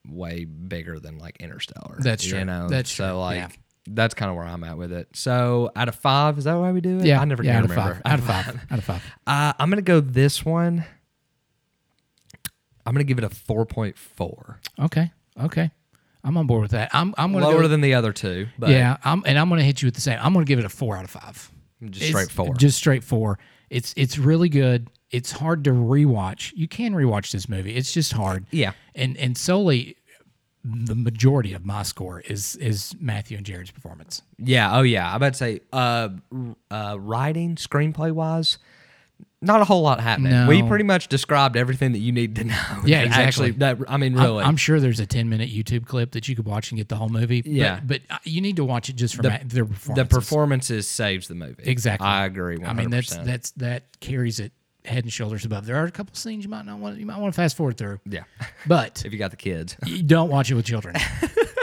S2: way bigger than like Interstellar.
S1: That's true.
S2: You know,
S1: That's
S2: so
S1: true.
S2: like
S1: Yeah.
S2: that's kind of where I'm at with it. So out of five, is that why we do it? I never
S1: yeah,
S2: can
S1: out of
S2: remember.
S1: five, out of
S2: <laughs>
S1: five, out of five.
S2: Uh, I'm gonna go this one. I'm gonna give it a 4.4,
S1: Okay, okay, I'm on board with that. I'm I'm gonna
S2: lower
S1: go,
S2: than the other two, but
S1: yeah. I'm and I'm gonna hit you with the same. I'm gonna give it a four out of five.
S2: just
S1: It's
S2: straight four.
S1: Just straight four. It's it's really good. It's hard to rewatch. You can rewatch this movie. It's just hard.
S2: Yeah.
S1: And and solely the majority of my score is is Matthew and Jared's performance.
S2: Yeah. Oh, yeah. I about to say, uh, r- uh, writing screenplay wise, not a whole lot happening.
S1: No.
S2: We pretty much described everything that you need to <laughs> know.
S1: Yeah,
S2: That Actually,
S1: exactly.
S2: that I mean,
S1: I'm-
S2: really,
S1: I'm, sure there's a 10 minute YouTube clip that you could watch and get the whole movie. But-
S2: Yeah.
S1: But, uh, you need to watch it just for Ma- their
S2: the
S1: performance.
S2: performances saves the movie.
S1: Exactly.
S2: I agree. 100%.
S1: I mean that's that's that carries it head and shoulders above. There are a couple scenes you might not want you might want to fast forward through.
S2: yeah.
S1: But
S2: if you got the kids,
S1: You don't watch it with <laughs> children.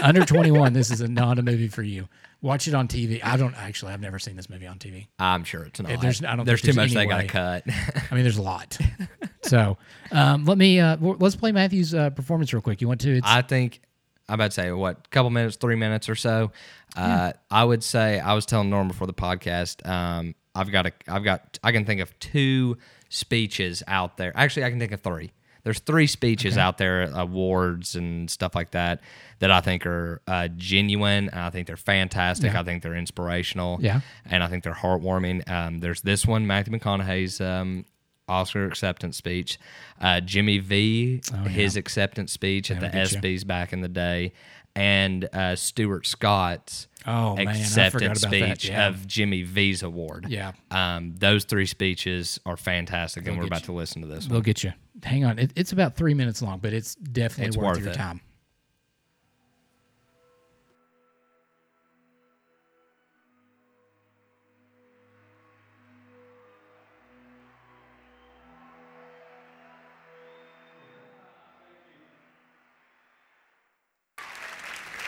S1: Under 21, this is a, not a movie for you. Watch it on TV. I don't actually, I've never seen this movie on TV.
S2: I'm sure it's not.
S1: there's- I don't
S2: there's too
S1: think
S2: much
S1: there's
S2: they
S1: any
S2: got to
S1: way.
S2: cut. <laughs>
S1: I mean, there's a <laughs> lot. So um, let me, uh, w- let's play Matthew's uh, performance real quick. You want to? It's,
S2: I think I'm about to say what couple minutes, three minutes or so. Uh, I would say I was telling Norm before the podcast. Um, I've got a, I've got, I can think of two speeches out there. Actually, I can think of three. There's three speeches out there, awards and stuff like that, that I think are uh, genuine. And I think they're fantastic. I think they're inspirational.
S1: Yeah.
S2: And I think they're heartwarming. Um, there's this one, Matthew McConaughey's um, Oscar acceptance speech, uh, Jimmy V,
S1: Oh,
S2: his acceptance speech at the SBs back in the day, and uh, Stuart Scott's
S1: Oh, man, I forgot
S2: acceptance
S1: about that,
S2: speech
S1: yeah.
S2: of Jimmy V's award.
S1: Yeah.
S2: Um, those three speeches are fantastic, and we're
S1: get
S2: about to listen to this one.
S1: we'll get you. Hang on. It, it's about three minutes long, but it's definitely
S2: It's
S1: worth,
S2: worth
S1: your
S2: it.
S1: time.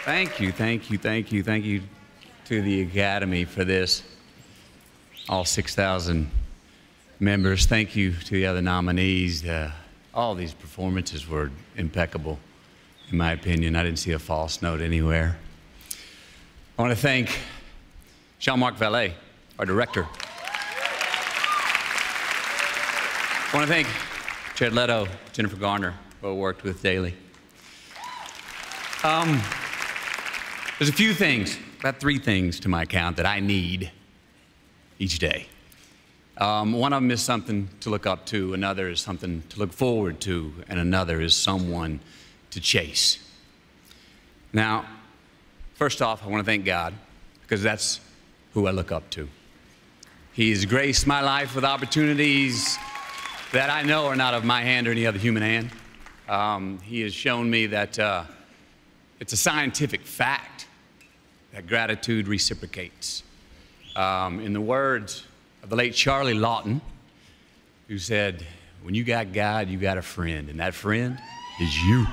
S3: Thank you, thank you, thank you, thank you to the Academy for this. All 6,000 members. Thank you to the other nominees. Uh, all these performances were impeccable, in my opinion. I didn't see a false note anywhere. I want to thank Jean Marc Vallée, our director. I want to thank Chad Leto, Jennifer Garner, who I worked with daily. There's a few things, about three things to my account that I need each day. Um, one of them is something to look up to, another is something to look forward to, and another is someone to chase. Now, first off, I want to thank God because that's who I look up to. He has graced my life with opportunities that I know are not of my hand or any other human hand. Um, he has shown me that. Uh, it's a scientific fact that gratitude reciprocates. Um, in the words of the late Charlie Lawton, who said, When you got God, you got a friend, and that friend is you.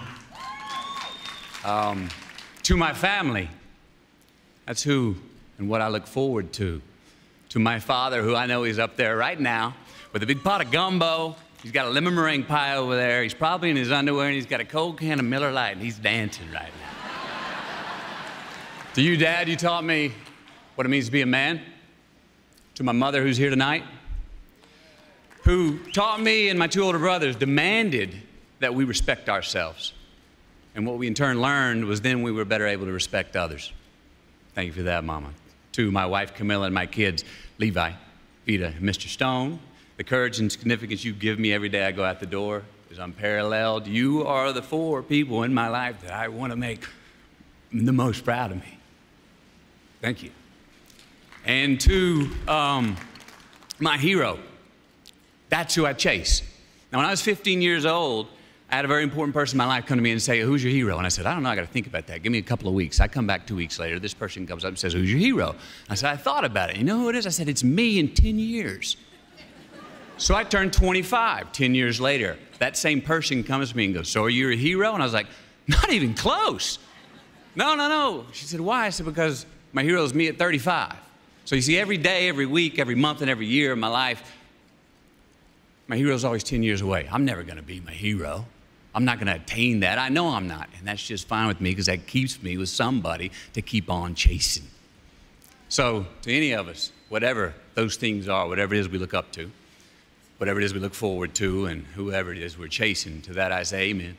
S3: Um, to my family. That's who and what I look forward to. To my father, who I know is up there right now with a big pot of gumbo. He's got a lemon meringue pie over there. He's probably in his underwear and he's got a cold can of Miller Lite and he's dancing right now. to you, Dad, you taught me what it means to be a man. To my mother, who's here tonight, who taught me and my two older brothers demanded that we respect ourselves. And what we in turn learned was then we were better able to respect others. Thank you for that, Mama. To my wife, Camilla, and my kids, Levi, Vita, and Mr. Stone, the courage and significance you give me every day I go out the door is unparalleled. You are the four people in my life that I want to make the most proud of me. Thank you. And to um, my hero, that's who I chase. Now, when I was 15 years old, I had a very important person in my life come to me and say, Who's your hero? And I said, I don't know. I got to think about that. Give me a couple of weeks. I come back two weeks later. This person comes up and says, Who's your hero? I said, I thought about it. You know who it is? I said, It's me in 10 years. So I turned 25 10 years later. That same person comes to me and goes, So are you a hero? And I was like, Not even close. No, no, no. She said, Why? I said, Because my hero is me at 35. So you see, every day, every week, every month, and every year of my life, my hero's always 10 years away. I'm never going to be my hero. I'm not going to attain that. I know I'm not. And that's just fine with me because that keeps me with somebody to keep on chasing. So, to any of us, whatever those things are, whatever it is we look up to, whatever it is we look forward to, and whoever it is we're chasing, to that I say amen.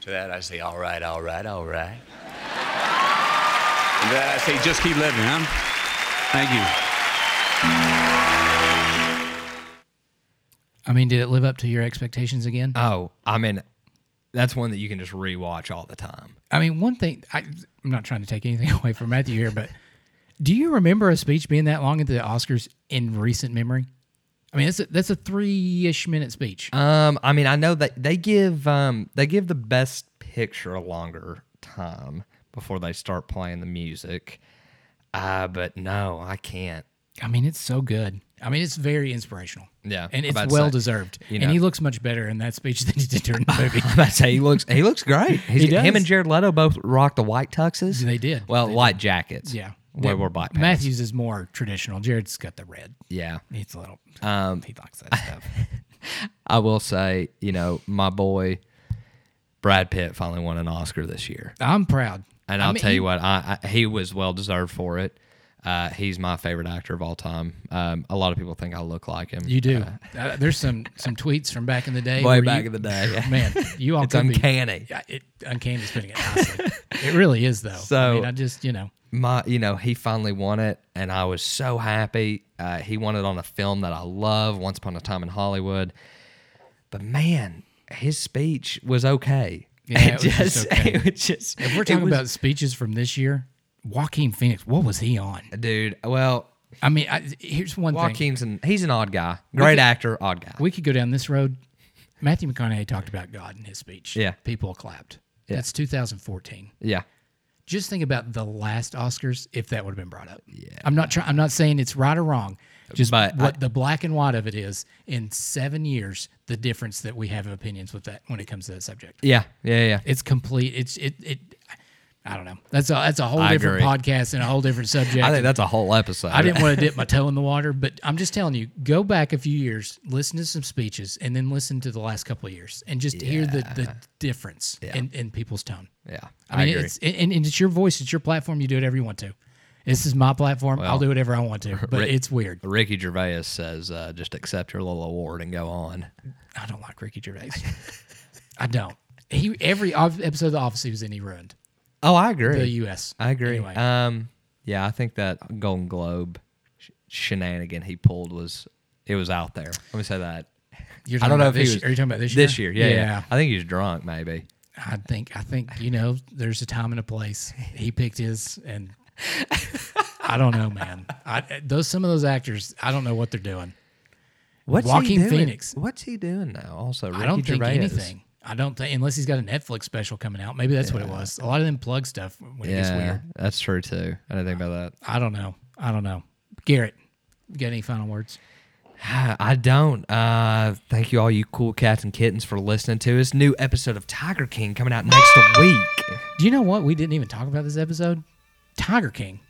S3: To that I say, all right, all right, all right. and to that I say, just keep living, huh? Thank you.
S1: I mean, did it live up to your expectations again?
S2: Oh, I mean, that's one that you can just rewatch all the time.
S1: I mean, one thing I, I'm not trying to take anything <laughs> away from Matthew here, but do you remember a speech being that long at the Oscars in recent memory? I mean, that's a, that's a three-ish minute speech.
S2: Um, I mean, I know that they give um they give the best picture a longer time before they start playing the music. Uh, but no, I can't.
S1: I mean, it's so good. I mean, it's very inspirational.
S2: Yeah,
S1: and it's
S2: about to
S1: well
S2: say,
S1: deserved.
S2: you
S1: And
S2: know.
S1: he looks much better in that speech <laughs> than he did during the movie.
S2: <laughs> I'm about to say he looks he looks great.
S1: <laughs>
S2: He's,
S1: He does.
S2: Him and Jared Leto both rocked the white tuxes.
S1: They did.
S2: Well, light jackets.
S1: yeah,
S2: where
S1: The-
S2: we're black pants.
S1: Matthews is more traditional. Jared's got the red.
S2: Yeah.
S1: He's a little. Um, he likes
S2: <laughs>
S1: that stuff.
S2: I will say, you know, my boy Brad Pitt finally won an Oscar this year.
S1: I'm proud.
S2: And
S1: I
S2: I'll
S1: mean,
S2: tell
S1: he-
S2: you what, I, I, he was well deserved for it. Uh, he's my favorite actor of all time. Um, a lot of people think I look like him.
S1: You do. Uh, there's some some tweets from back in the day. where
S2: Way back
S1: you- <laughs>
S2: in the day, <laughs> yeah.
S1: Man, you all
S2: It's
S1: could be-
S2: uncanny.
S1: Yeah, it, uncanny's putting it nicely. it really is, though. I
S2: So-
S1: mean, I just you know,
S2: my you know he finally won it and i was so happy uh, he won it on a film that i love once upon a time in hollywood but man his speech was okay
S1: Yeah, it was just okay.
S2: it was just <laughs>
S1: if we're
S2: it
S1: talking
S2: was-
S1: about speeches from this year, Joaquin Phoenix, what was he on?
S2: dude well
S1: I mean, I, here's one thing.
S2: joaquin's an he's an odd guy great actor odd guy
S1: we could go down this road. Matthew McConaughey talked about God in his speech.
S2: Yeah.
S1: People clapped. That's 2014.
S2: yeah
S1: Just think about the last Oscars if that would have been brought up. Yeah. I'm not trying I'm not saying it's right or wrong. Just
S2: But
S1: what the black and white of it is in 7 years the difference that we have of opinions with that when it comes to that subject.
S2: yeah yeah yeah
S1: It's complete it's it it I don't know. That's a that's a whole
S2: I
S1: different
S2: agree.
S1: podcast and a whole different subject.
S2: i think that's a whole episode
S1: I didn't want to dip my toe in the water, but I'm just telling you, go back a few years, listen to some speeches, and then listen to the last couple of years, and just hear the, the difference in, in people's tone.
S2: yeah
S1: I mean,
S2: agree.
S1: it's and, and it's your voice, it's your platform. You do whatever you want to. This is my platform. I'll do whatever I want
S2: <laughs>
S1: to, but
S2: Rick-
S1: it's weird.
S2: ricky gervais says uh, just accept your little award and go on
S1: I don't like Ricky Gervais. I don't. He every of- episode of The Office he was in, he ruined
S2: oh i agree
S1: the U.S.
S2: I agree.
S1: Anyway,
S2: Um, yeah, I think that Golden Globe sh- shenanigan he pulled was it was out there. Let me say that.
S1: you're
S2: I
S1: talking
S2: don't know
S1: about
S2: if
S1: this
S2: he was.
S1: year- Are you talking about this year?
S2: This year, yeah, yeah. I think he was drunk, maybe.
S1: I think I think you know there's a time and a place. He picked his, and I don't know, man. I, those some of those actors, I don't know what they're doing.
S2: What's
S1: Joaquin Phoenix.
S2: What's he doing now? Also, Ricky
S1: I don't think
S2: Gervais.
S1: anything. I don't think unless he's got a Netflix special coming out. Maybe that's what it was. A lot of them plug stuff when it gets
S2: Yeah,
S1: weird.
S2: that's true too. I didn't think about that.
S1: I don't know. I don't know. Garrett, you got any final words?
S2: I don't. Uh, thank you, all you cool cats and kittens, for listening to this new episode of Tiger King coming out next week. <laughs>
S1: Do you know what? We didn't even talk about this episode. Tiger King.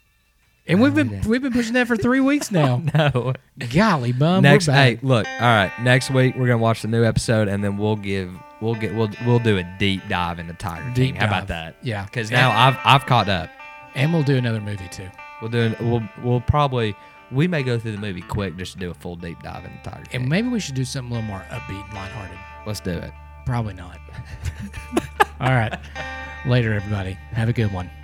S1: And we've been we've been pushing that for three weeks now. <laughs>
S2: No.
S1: Golly, bum.
S2: next
S1: Oh, we're back.
S2: hey look all right next week we're gonna watch the new episode and then we'll give we'll get we'll we'll do a deep dive into tiger king
S1: Deep
S2: how about
S1: dive.
S2: that
S1: Yeah.
S2: because now i've i've caught up
S1: And we'll do another movie too.
S2: we'll do we'll we'll probably we may go through the movie quick just to do a full deep dive into tiger king
S1: And maybe we should do something a little more upbeat and lighthearted.
S2: let's do it
S1: <laughs> Probably not. All right. Later, everybody. Have a good one.